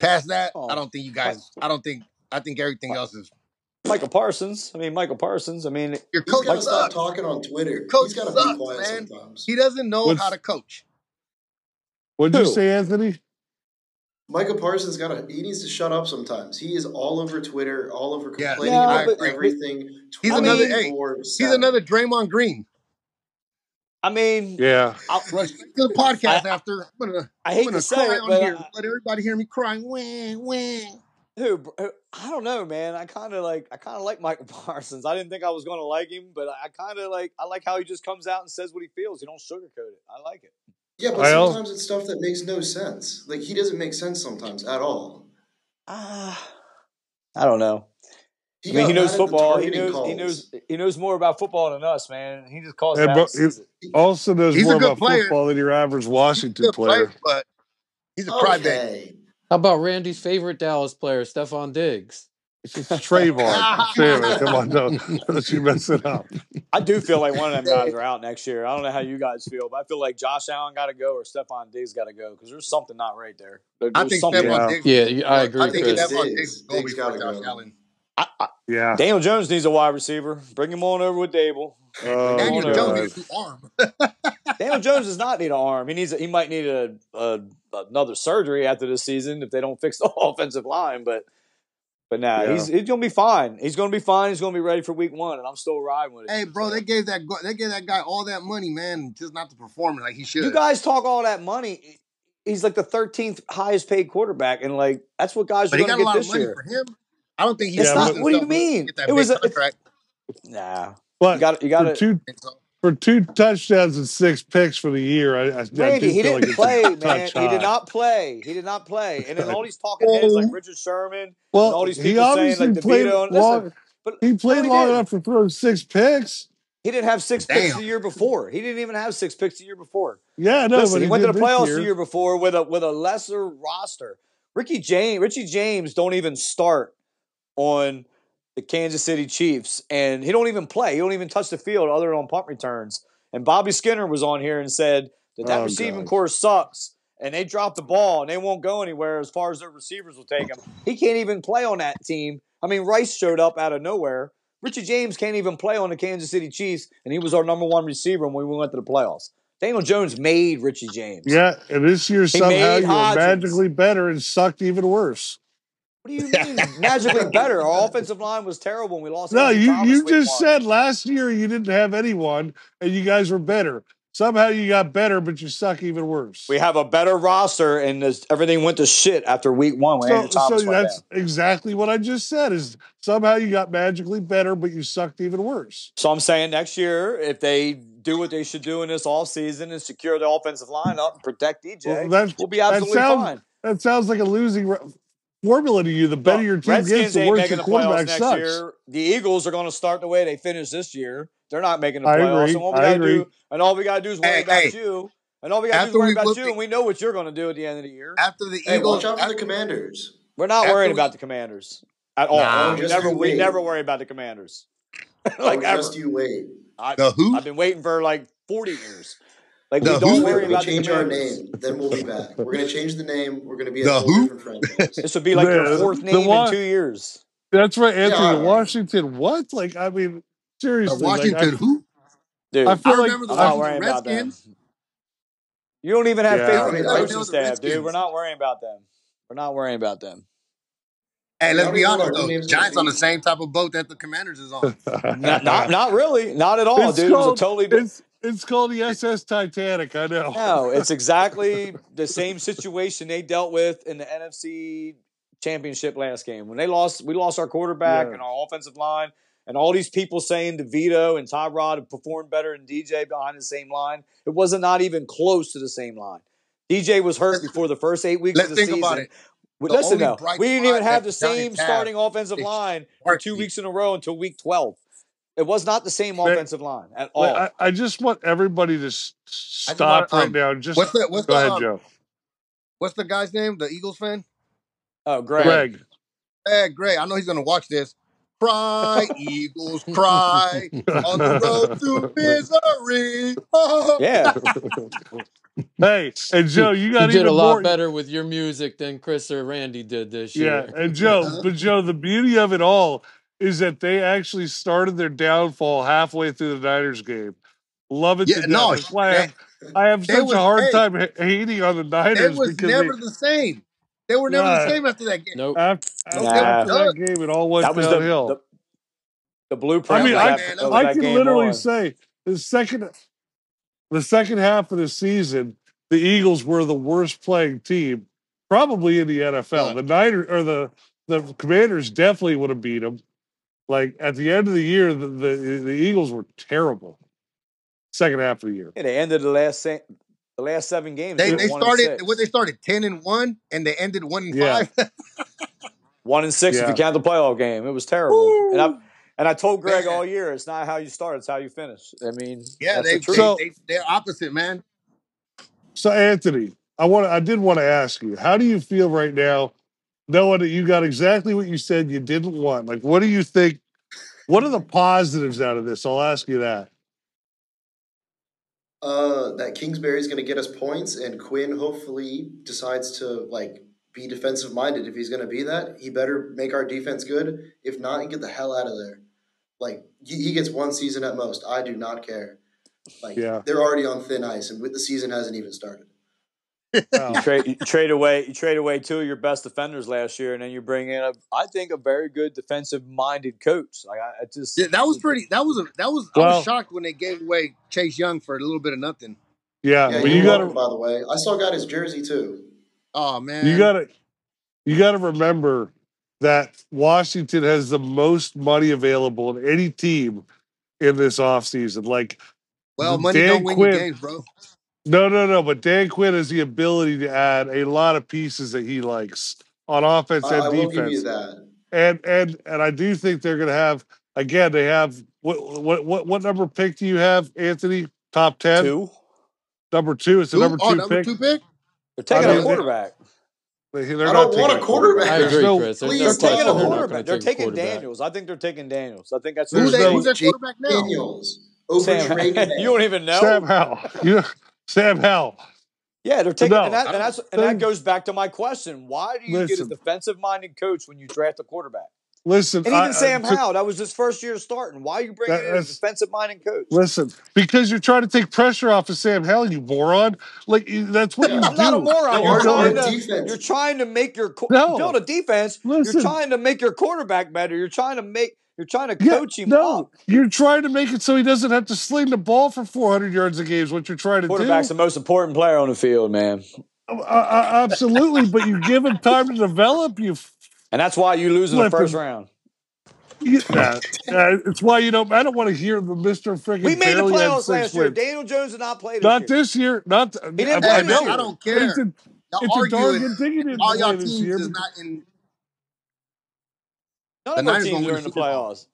Speaker 4: Past that, I
Speaker 2: Oh,
Speaker 4: don't think you
Speaker 2: Mi-
Speaker 4: guys. I don't think. I think everything
Speaker 2: Mi-
Speaker 4: else is.
Speaker 2: Michael Parsons. I mean Michael Parsons. I mean
Speaker 4: Your
Speaker 5: He's
Speaker 4: coach
Speaker 5: gotta
Speaker 2: Mike.
Speaker 5: stop
Speaker 4: sucks.
Speaker 5: talking on
Speaker 4: Your
Speaker 5: Twitter.
Speaker 4: coach
Speaker 5: He's gotta be
Speaker 4: sucks,
Speaker 5: quiet
Speaker 4: man.
Speaker 5: sometimes.
Speaker 4: He doesn't know how
Speaker 3: what's
Speaker 4: to coach.
Speaker 3: what'd you
Speaker 2: Who?
Speaker 3: say, Anthony?
Speaker 5: Micah Parsons got to he needs to shut up sometimes. He is all over Twitter, all over
Speaker 4: Yes,
Speaker 5: complaining
Speaker 2: Yeah,
Speaker 4: I
Speaker 5: about
Speaker 2: but
Speaker 4: agree.
Speaker 2: but
Speaker 5: everything
Speaker 4: He's
Speaker 2: I
Speaker 4: another.
Speaker 2: mean
Speaker 4: Hey,
Speaker 5: 24
Speaker 4: he's
Speaker 5: 7.
Speaker 4: another Draymond Green.
Speaker 2: I mean,
Speaker 3: Yeah.
Speaker 2: I,
Speaker 4: Rush to the
Speaker 2: I,
Speaker 4: podcast after. I'm gonna,
Speaker 2: I
Speaker 4: I'm
Speaker 2: hate to
Speaker 4: gonna
Speaker 2: say
Speaker 4: cry
Speaker 2: it,
Speaker 4: on
Speaker 2: but
Speaker 4: here.
Speaker 2: I,
Speaker 4: Let everybody hear me crying. Wah, wah.
Speaker 2: who, br- who- I don't know, man. I kind of like I kind of like Michael Parsons. I didn't think I was going to like him, but I kind of like I like how he just comes out and says what he feels. He don't sugarcoat it. I like it.
Speaker 5: Yeah, but
Speaker 3: Well,
Speaker 5: sometimes it's stuff that makes no sense. Like he doesn't make sense sometimes at all.
Speaker 2: Ah, I don't know.
Speaker 5: He
Speaker 2: I mean, he
Speaker 5: got
Speaker 2: knows
Speaker 5: mad at the
Speaker 2: football. He
Speaker 5: targeting
Speaker 2: knows he knows
Speaker 5: calls.
Speaker 2: he knows more about football than us, man. He just calls it
Speaker 3: and
Speaker 2: out
Speaker 3: bro,
Speaker 2: and
Speaker 3: he
Speaker 2: says it.
Speaker 5: He-
Speaker 3: also knows
Speaker 4: He's a
Speaker 3: more
Speaker 4: good
Speaker 3: about
Speaker 4: player.
Speaker 3: football than your average
Speaker 4: He's a
Speaker 3: Washington
Speaker 4: good player,
Speaker 3: player.
Speaker 4: but he's a
Speaker 5: Oh,
Speaker 4: crybaby.
Speaker 5: okay.
Speaker 1: How about Randy's favorite Dallas player, Stefan Diggs?
Speaker 3: It's Trayvon. Damn it. Come on. Don't, don't you mess it up.
Speaker 2: I do feel like one of them guys
Speaker 5: Hey,
Speaker 2: are out next year. I don't know how you guys feel, but I feel like Josh Allen got to go or Stephon Diggs got to go because there's something not right there. There-
Speaker 4: I
Speaker 2: There's
Speaker 4: think
Speaker 2: something
Speaker 4: Stephon
Speaker 2: not.
Speaker 3: Yeah.
Speaker 4: Diggs.
Speaker 1: Yeah, you- I
Speaker 4: Well, I
Speaker 1: agree,
Speaker 5: I
Speaker 4: think
Speaker 5: think it's
Speaker 1: Chris.
Speaker 4: Stephon Diggs is
Speaker 5: Diggs.
Speaker 4: going
Speaker 5: Diggs
Speaker 4: before
Speaker 5: got to
Speaker 4: Josh
Speaker 5: go.
Speaker 4: Allen.
Speaker 2: I, I,
Speaker 3: Yeah.
Speaker 2: Daniel Jones needs a wide receiver. Bring him on over with Dable. Bring him
Speaker 3: Oh,
Speaker 4: Daniel
Speaker 2: on
Speaker 4: Jones
Speaker 2: over.
Speaker 4: needs
Speaker 3: God.
Speaker 4: a new arm.
Speaker 2: Daniel Jones does not need an arm. He needs. A, he might need a, a another surgery after this season if they don't fix the offensive line. But but nah, he's
Speaker 3: Yeah.
Speaker 2: he's gonna be fine. He's gonna be fine. He's gonna be ready for week one, and I'm still riding with it.
Speaker 4: Hey, bro,
Speaker 2: So
Speaker 4: they gave that gu- they gave that guy all that money, man, just not to perform like he
Speaker 2: you
Speaker 4: should.
Speaker 2: guys talk all that money. He's like the 13th highest paid quarterback, and like that's what guys are
Speaker 4: But he
Speaker 2: gonna get
Speaker 4: got a lot of
Speaker 2: this
Speaker 4: money
Speaker 2: year.
Speaker 4: for him. I don't think he
Speaker 2: It's
Speaker 3: Yeah.
Speaker 4: pushed
Speaker 2: not.
Speaker 3: But,
Speaker 2: What do you
Speaker 4: himself enough to
Speaker 2: mean?
Speaker 4: get that
Speaker 2: It
Speaker 4: big
Speaker 2: was. A, it,
Speaker 4: contract.
Speaker 2: nah. You
Speaker 3: but
Speaker 2: got. You got
Speaker 3: for
Speaker 2: to.
Speaker 3: two,
Speaker 4: And so,
Speaker 3: for two touchdowns and six picks for the year, I, I, I
Speaker 2: Randy,
Speaker 3: do
Speaker 2: he
Speaker 3: feel
Speaker 2: didn't
Speaker 3: like it's a
Speaker 2: play, man.
Speaker 3: touch
Speaker 2: He did
Speaker 3: high.
Speaker 2: not play. He did not play. And then all these talking heads
Speaker 3: Oh.
Speaker 2: like
Speaker 4: whoa,
Speaker 2: Richard Sherman and
Speaker 3: Well,
Speaker 2: all these
Speaker 3: he
Speaker 2: people saying like
Speaker 3: obviously played
Speaker 2: DeVito and listen,
Speaker 3: long.
Speaker 2: but
Speaker 3: He
Speaker 2: no,
Speaker 3: played
Speaker 2: he
Speaker 3: long
Speaker 2: didn't.
Speaker 3: enough to throw six picks.
Speaker 2: He didn't have six picks
Speaker 4: damn.
Speaker 2: the year before. He didn't even have six picks the year before.
Speaker 3: Yeah, no,
Speaker 2: Listen,
Speaker 3: but
Speaker 2: he
Speaker 3: he
Speaker 2: went to
Speaker 3: did
Speaker 2: the
Speaker 3: this
Speaker 2: playoffs the
Speaker 3: year.
Speaker 2: year before with a with a lesser roster. Ricky James, Richie James don't even start on the Kansas City Chiefs, and he don't even play. He don't even touch the field other than on punt returns. And Bobby Skinner was on here and said that that
Speaker 3: Oh
Speaker 2: receiving
Speaker 3: God.
Speaker 2: core sucks, and they drop the ball and they won't go anywhere as far as their receivers will take them. He can't even play on that team. I mean, Rice showed up out of nowhere. Richie James can't even play on the Kansas City Chiefs, and he was our number one receiver when we went to the playoffs. Daniel Jones made Richie James.
Speaker 3: Yeah, and this year
Speaker 2: He
Speaker 3: somehow
Speaker 2: made
Speaker 3: you were
Speaker 2: Hodgins.
Speaker 3: magically better and sucked even worse.
Speaker 2: What do you mean magically better? Our offensive line was terrible and we lost
Speaker 3: No,
Speaker 2: Andrew
Speaker 3: you
Speaker 2: Thomas
Speaker 3: you
Speaker 2: week
Speaker 3: just
Speaker 2: one.
Speaker 3: said last year you didn't have anyone and you guys were better. Somehow you got better, but you suck even
Speaker 2: We
Speaker 3: worse.
Speaker 2: have a better roster and this, everything went to shit after week one when Andrew
Speaker 3: So so
Speaker 2: Thomas went down.
Speaker 3: that's exactly what I just said is somehow you got magically better, but you sucked even worse.
Speaker 2: So I'm saying next year, if they do what they should do in this offseason and secure the offensive line up and protect
Speaker 3: Well,
Speaker 2: DJ,
Speaker 3: that
Speaker 2: we'll be
Speaker 3: that
Speaker 2: absolutely
Speaker 3: sounds
Speaker 2: fine.
Speaker 3: that sounds like a losing re- formula to you. The better
Speaker 2: Look,
Speaker 3: your team gets,
Speaker 2: Redskins
Speaker 3: the
Speaker 2: ain't
Speaker 3: worse
Speaker 2: making
Speaker 3: your
Speaker 2: the playoffs
Speaker 3: quarterback
Speaker 2: next
Speaker 3: sucks.
Speaker 2: year. The Eagles are going to start the way they finished this year. They're not making the
Speaker 3: I
Speaker 2: playoffs. And
Speaker 3: agree.
Speaker 2: all we
Speaker 3: I
Speaker 2: got to
Speaker 3: agree.
Speaker 2: do, and all we got to do is worry
Speaker 4: Hey,
Speaker 2: about
Speaker 4: hey,
Speaker 2: you. And all we got to do is
Speaker 4: after
Speaker 2: worry
Speaker 4: we
Speaker 2: about
Speaker 4: whooped
Speaker 2: you.
Speaker 4: the
Speaker 2: And we know what you're going to do at the end of the year.
Speaker 4: after the
Speaker 5: Hey, watch
Speaker 4: Eagles,
Speaker 5: out for the
Speaker 4: after,
Speaker 5: Commanders.
Speaker 2: We're not
Speaker 4: after
Speaker 2: worried
Speaker 4: we
Speaker 2: about the Commanders at all.
Speaker 5: Oh,
Speaker 4: nah,
Speaker 2: We
Speaker 5: just
Speaker 2: never
Speaker 5: you
Speaker 2: we
Speaker 5: wait.
Speaker 2: never worry about the Commanders like
Speaker 5: Oh,
Speaker 2: ever.
Speaker 5: just you wait.
Speaker 2: I
Speaker 4: the who,
Speaker 2: I've been waiting for like 40 years. Like we
Speaker 4: the
Speaker 2: don't
Speaker 5: Just
Speaker 4: who,
Speaker 5: wait.
Speaker 2: worry
Speaker 5: When we
Speaker 2: about the
Speaker 5: change our
Speaker 2: Commanders.
Speaker 5: name, then we'll be back. We're gonna change the name. We're gonna be a
Speaker 4: the
Speaker 5: whole
Speaker 4: who.
Speaker 5: different franchise.
Speaker 2: This would be like their
Speaker 3: The
Speaker 2: fourth
Speaker 3: the
Speaker 2: name in
Speaker 3: one
Speaker 2: 2 years.
Speaker 3: that's right,
Speaker 5: Yeah,
Speaker 3: Anthony. The
Speaker 5: all right.
Speaker 3: Washington what? Like I mean,
Speaker 4: The
Speaker 3: seriously, like I
Speaker 4: Washington who?
Speaker 3: I
Speaker 2: Dude,
Speaker 4: I
Speaker 3: feel like
Speaker 4: remember the
Speaker 2: I'm
Speaker 3: I
Speaker 2: not
Speaker 4: Washington
Speaker 2: worrying about them.
Speaker 4: Redskins.
Speaker 2: You don't even have
Speaker 4: They
Speaker 2: faith
Speaker 3: yeah.
Speaker 5: I
Speaker 2: in your
Speaker 4: were
Speaker 5: mean, that
Speaker 4: they were
Speaker 5: was
Speaker 2: coaching
Speaker 4: they were the
Speaker 2: staff, dude. We're
Speaker 4: Redskins.
Speaker 2: not worrying about them. We're not worrying about them.
Speaker 4: Hey,
Speaker 5: I
Speaker 4: let's
Speaker 5: don't
Speaker 4: be
Speaker 5: even know
Speaker 4: honest
Speaker 5: what our new
Speaker 4: though.
Speaker 5: name's gonna
Speaker 4: Giants on the
Speaker 5: be.
Speaker 4: same type of boat that the Commanders is on.
Speaker 2: Not not not really. Not at all,
Speaker 3: it's
Speaker 2: dude. It was a
Speaker 3: called
Speaker 2: totally di-
Speaker 3: it's it's called the SS Titanic. I know.
Speaker 2: No, it's exactly the same situation they dealt with in the NFC Championship last game. When they lost, we lost our quarterback
Speaker 3: yeah.
Speaker 2: and our offensive line, and all these people saying DeVito and Tyrod have performed better than DJ behind the same line. It wasn't not even close to the same line. DJ was hurt
Speaker 4: Let's
Speaker 2: before the first eight weeks of
Speaker 4: let's
Speaker 2: the
Speaker 4: think about
Speaker 2: season.
Speaker 4: it.
Speaker 2: We-
Speaker 4: The
Speaker 2: Listen,
Speaker 4: only
Speaker 2: though,
Speaker 4: bright
Speaker 2: we didn't even
Speaker 4: spot
Speaker 2: have
Speaker 4: that
Speaker 2: the same
Speaker 4: the Giants have
Speaker 2: starting offensive
Speaker 4: is
Speaker 2: line for two
Speaker 4: Barkley.
Speaker 2: weeks in a row until week 12. It was not the same
Speaker 3: But
Speaker 2: offensive line at all.
Speaker 3: Wait,
Speaker 4: oh.
Speaker 3: I, I just want everybody to s-
Speaker 4: I just want
Speaker 3: stop
Speaker 4: to
Speaker 3: right
Speaker 4: um
Speaker 3: now. and Just
Speaker 4: what's the what's
Speaker 3: go
Speaker 4: the
Speaker 3: ahead,
Speaker 4: um
Speaker 3: Joe.
Speaker 4: what's the guy's name? The Eagles fan?
Speaker 2: Oh, Greg.
Speaker 4: Greg.
Speaker 3: Greg.
Speaker 4: Hey, Greg, I know he's gonna watch this. Cry, Eagles, cry on the road to misery. Oh.
Speaker 2: Yeah.
Speaker 3: hey, and Joe, you
Speaker 1: You
Speaker 3: got
Speaker 1: did a
Speaker 3: even
Speaker 1: lot
Speaker 3: more.
Speaker 1: better with your music than Chris or Randy did this
Speaker 3: Yeah,
Speaker 1: year.
Speaker 3: and Joe,
Speaker 4: Uh-huh.
Speaker 3: but Joe, the beauty of it all is that they actually started their downfall halfway through the Niners game. Love it
Speaker 4: yeah,
Speaker 3: to death.
Speaker 4: no,
Speaker 3: That's why I
Speaker 4: that
Speaker 3: have I have
Speaker 4: they
Speaker 3: such a
Speaker 4: was
Speaker 3: hard
Speaker 4: hey,
Speaker 3: time ha- hating on the
Speaker 4: they
Speaker 3: Niners
Speaker 4: was
Speaker 3: because they
Speaker 4: never the same. They were never the
Speaker 3: uh,
Speaker 4: same after that game.
Speaker 1: Nope.
Speaker 3: after,
Speaker 4: Those guys were
Speaker 2: Nah.
Speaker 3: after
Speaker 4: done.
Speaker 3: that game it all went
Speaker 2: That was the
Speaker 3: downhill.
Speaker 2: the, the
Speaker 3: I
Speaker 2: blueprint
Speaker 4: That
Speaker 3: mean,
Speaker 2: was
Speaker 3: I
Speaker 4: was
Speaker 2: that
Speaker 4: man, that
Speaker 2: that
Speaker 4: was
Speaker 2: was
Speaker 3: I
Speaker 2: that
Speaker 3: can
Speaker 2: game
Speaker 3: literally
Speaker 2: on.
Speaker 3: say the second the second half of the season, the Eagles were the worst playing team, probably in the NFL. The Niners or the the Commanders definitely would have beat them. Like at the end of the year, the, the the Eagles were terrible. Second half of the year,
Speaker 2: Yeah, they ended the last se- the last seven games. They
Speaker 3: Yeah.
Speaker 4: They
Speaker 2: were
Speaker 4: they
Speaker 2: one and
Speaker 4: started what
Speaker 2: six.
Speaker 4: they started ten and one and they ended one and
Speaker 3: yeah,
Speaker 4: five.
Speaker 2: One and six if you
Speaker 3: yeah,
Speaker 2: count the playoff game. It was terrible. And I
Speaker 4: Woo!
Speaker 2: and I told Greg
Speaker 4: Man.
Speaker 2: all year, it's not how you start, it's how you finish. I mean, that's
Speaker 4: Yeah,
Speaker 2: the
Speaker 4: they they
Speaker 2: truth.
Speaker 3: so
Speaker 4: they they're opposite, man.
Speaker 3: So Anthony, I want I did want to ask you, how do you feel right now knowing that you got exactly what you said you didn't want? Like what do you think what are the positives out of this? I'll ask you that.
Speaker 5: Uh, that Kingsbury's going to get us points, and Quinn hopefully decides to like be defensive minded. If he's going to be that, he better make our defense good. If not, and get the hell out of there. Like he, he gets one season at most. I do not care. Like
Speaker 3: Yeah.
Speaker 5: they're already on thin ice, and with the season hasn't even started.
Speaker 2: You
Speaker 3: Wow.
Speaker 2: trade you trade away you trade away two of your best defenders last year, and then you bring in a I think a very good defensive minded coach. Like I, I just
Speaker 4: Yeah, that was pretty that was a that was I was
Speaker 3: Well,
Speaker 4: shocked when they gave away Chase Young for a little bit of nothing.
Speaker 3: yeah,
Speaker 5: Yeah,
Speaker 3: but
Speaker 5: you're
Speaker 3: you
Speaker 5: welcome.
Speaker 3: gotta
Speaker 5: By the way, I still got his jersey too.
Speaker 4: Oh
Speaker 3: you
Speaker 4: man.
Speaker 3: gotta you gotta remember that Washington has the most money available in any team in this offseason. Like
Speaker 4: Well, money
Speaker 3: Dan
Speaker 4: don't win you
Speaker 3: Quinn
Speaker 4: games, bro.
Speaker 3: No, no, no. But Dan Quinn has the ability to add a lot of pieces that he likes on offense
Speaker 5: I,
Speaker 3: and
Speaker 5: I will give
Speaker 3: defense,
Speaker 5: you that.
Speaker 3: and and and I do think they're going to have again. They have what what what what number pick do you have, Anthony? Top ten,
Speaker 2: two.
Speaker 3: number two. It's the
Speaker 4: Two?
Speaker 3: number
Speaker 4: Oh,
Speaker 3: two
Speaker 4: number
Speaker 3: pick.
Speaker 4: two
Speaker 2: They're
Speaker 4: pick?
Speaker 3: I
Speaker 2: taking a
Speaker 3: mean,
Speaker 5: Hell
Speaker 3: they,
Speaker 5: no.
Speaker 2: quarterback.
Speaker 3: they they're not
Speaker 5: I don't
Speaker 3: taking
Speaker 5: want
Speaker 3: a
Speaker 5: a
Speaker 3: quarterback.
Speaker 1: I
Speaker 5: quarterback.
Speaker 3: There's
Speaker 1: agree,
Speaker 3: no
Speaker 1: Chris. There's no
Speaker 5: Please
Speaker 2: They're
Speaker 5: take
Speaker 2: taking
Speaker 5: a
Speaker 2: a
Speaker 1: question they're not going
Speaker 2: quarterback.
Speaker 1: to
Speaker 2: They're
Speaker 1: take a
Speaker 2: taking
Speaker 1: quarterback.
Speaker 2: Daniels. I think they're taking Daniels. I think that's who
Speaker 4: Who's
Speaker 2: they're
Speaker 5: There's
Speaker 4: that? Who's
Speaker 5: no
Speaker 2: taking.
Speaker 4: that
Speaker 5: Jay
Speaker 4: quarterback now?
Speaker 5: Daniels over
Speaker 2: Sam,
Speaker 5: Trey
Speaker 2: you don't
Speaker 5: Mann.
Speaker 2: even
Speaker 3: Sam
Speaker 2: know.
Speaker 3: Howell. You know, Sam Howell.
Speaker 2: Yeah, they're taking, and
Speaker 3: No,
Speaker 4: I
Speaker 2: that and
Speaker 4: don't
Speaker 2: that's and that
Speaker 3: they
Speaker 2: goes back to my question: Why do you get a
Speaker 3: listen,
Speaker 2: defensive-minded coach when you draft a quarterback?
Speaker 3: listen.
Speaker 2: And
Speaker 3: I,
Speaker 2: even
Speaker 3: I
Speaker 2: Sam
Speaker 3: to,
Speaker 2: Howell, that was his first year starting. Why are you bringing
Speaker 3: that,
Speaker 2: in a
Speaker 3: that's
Speaker 2: defensive-minded coach?
Speaker 3: Listen, because you're trying to take pressure off of Sam Hell, you moron. Like you- that's what you
Speaker 5: Yeah.
Speaker 2: I'm not a
Speaker 3: do.
Speaker 5: The
Speaker 2: moron. You're
Speaker 3: You
Speaker 5: margin
Speaker 2: trying
Speaker 5: of
Speaker 3: don't.
Speaker 2: to you're
Speaker 5: defense.
Speaker 2: trying to make your qu- build
Speaker 3: No,
Speaker 2: a defense. You're
Speaker 3: listen.
Speaker 2: trying to make your quarterback better. You're trying to make you're trying to
Speaker 3: Yeah,
Speaker 2: coach him
Speaker 3: no.
Speaker 2: up.
Speaker 3: You're trying to make it so he doesn't have to sling the ball for 400 yards a game. Is what you're trying to
Speaker 2: Quarterback's
Speaker 3: do.
Speaker 2: the most important player on the field, man,
Speaker 3: Uh, uh, absolutely, but you give him time to develop. You
Speaker 2: and that's why you lose in the first
Speaker 3: flipping.
Speaker 2: round.
Speaker 3: You, nah, nah, it's why you don't. I don't want to hear the Mister
Speaker 2: We
Speaker 3: friggin'
Speaker 2: made the
Speaker 3: barely had
Speaker 2: playoth
Speaker 3: six
Speaker 2: last year.
Speaker 3: wins.
Speaker 2: Daniel Jones did not play this
Speaker 3: Not
Speaker 2: year.
Speaker 3: this year. Not.
Speaker 2: He didn't
Speaker 3: I,
Speaker 2: play
Speaker 3: I
Speaker 4: Hey
Speaker 2: this
Speaker 4: man, I
Speaker 3: know,
Speaker 2: year.
Speaker 4: don't
Speaker 3: but it's
Speaker 4: care.
Speaker 3: a
Speaker 4: Y'all
Speaker 3: it's a darn
Speaker 4: arguing
Speaker 3: good thing he
Speaker 4: and
Speaker 3: didn't
Speaker 4: all oh, y'all
Speaker 3: play this
Speaker 4: teams
Speaker 3: year.
Speaker 4: is
Speaker 3: But
Speaker 4: not in
Speaker 2: None
Speaker 4: the
Speaker 2: of our
Speaker 4: Niners gonna
Speaker 2: teams
Speaker 4: win
Speaker 2: are
Speaker 4: the
Speaker 2: in the
Speaker 4: Super Bowl.
Speaker 2: playoffs.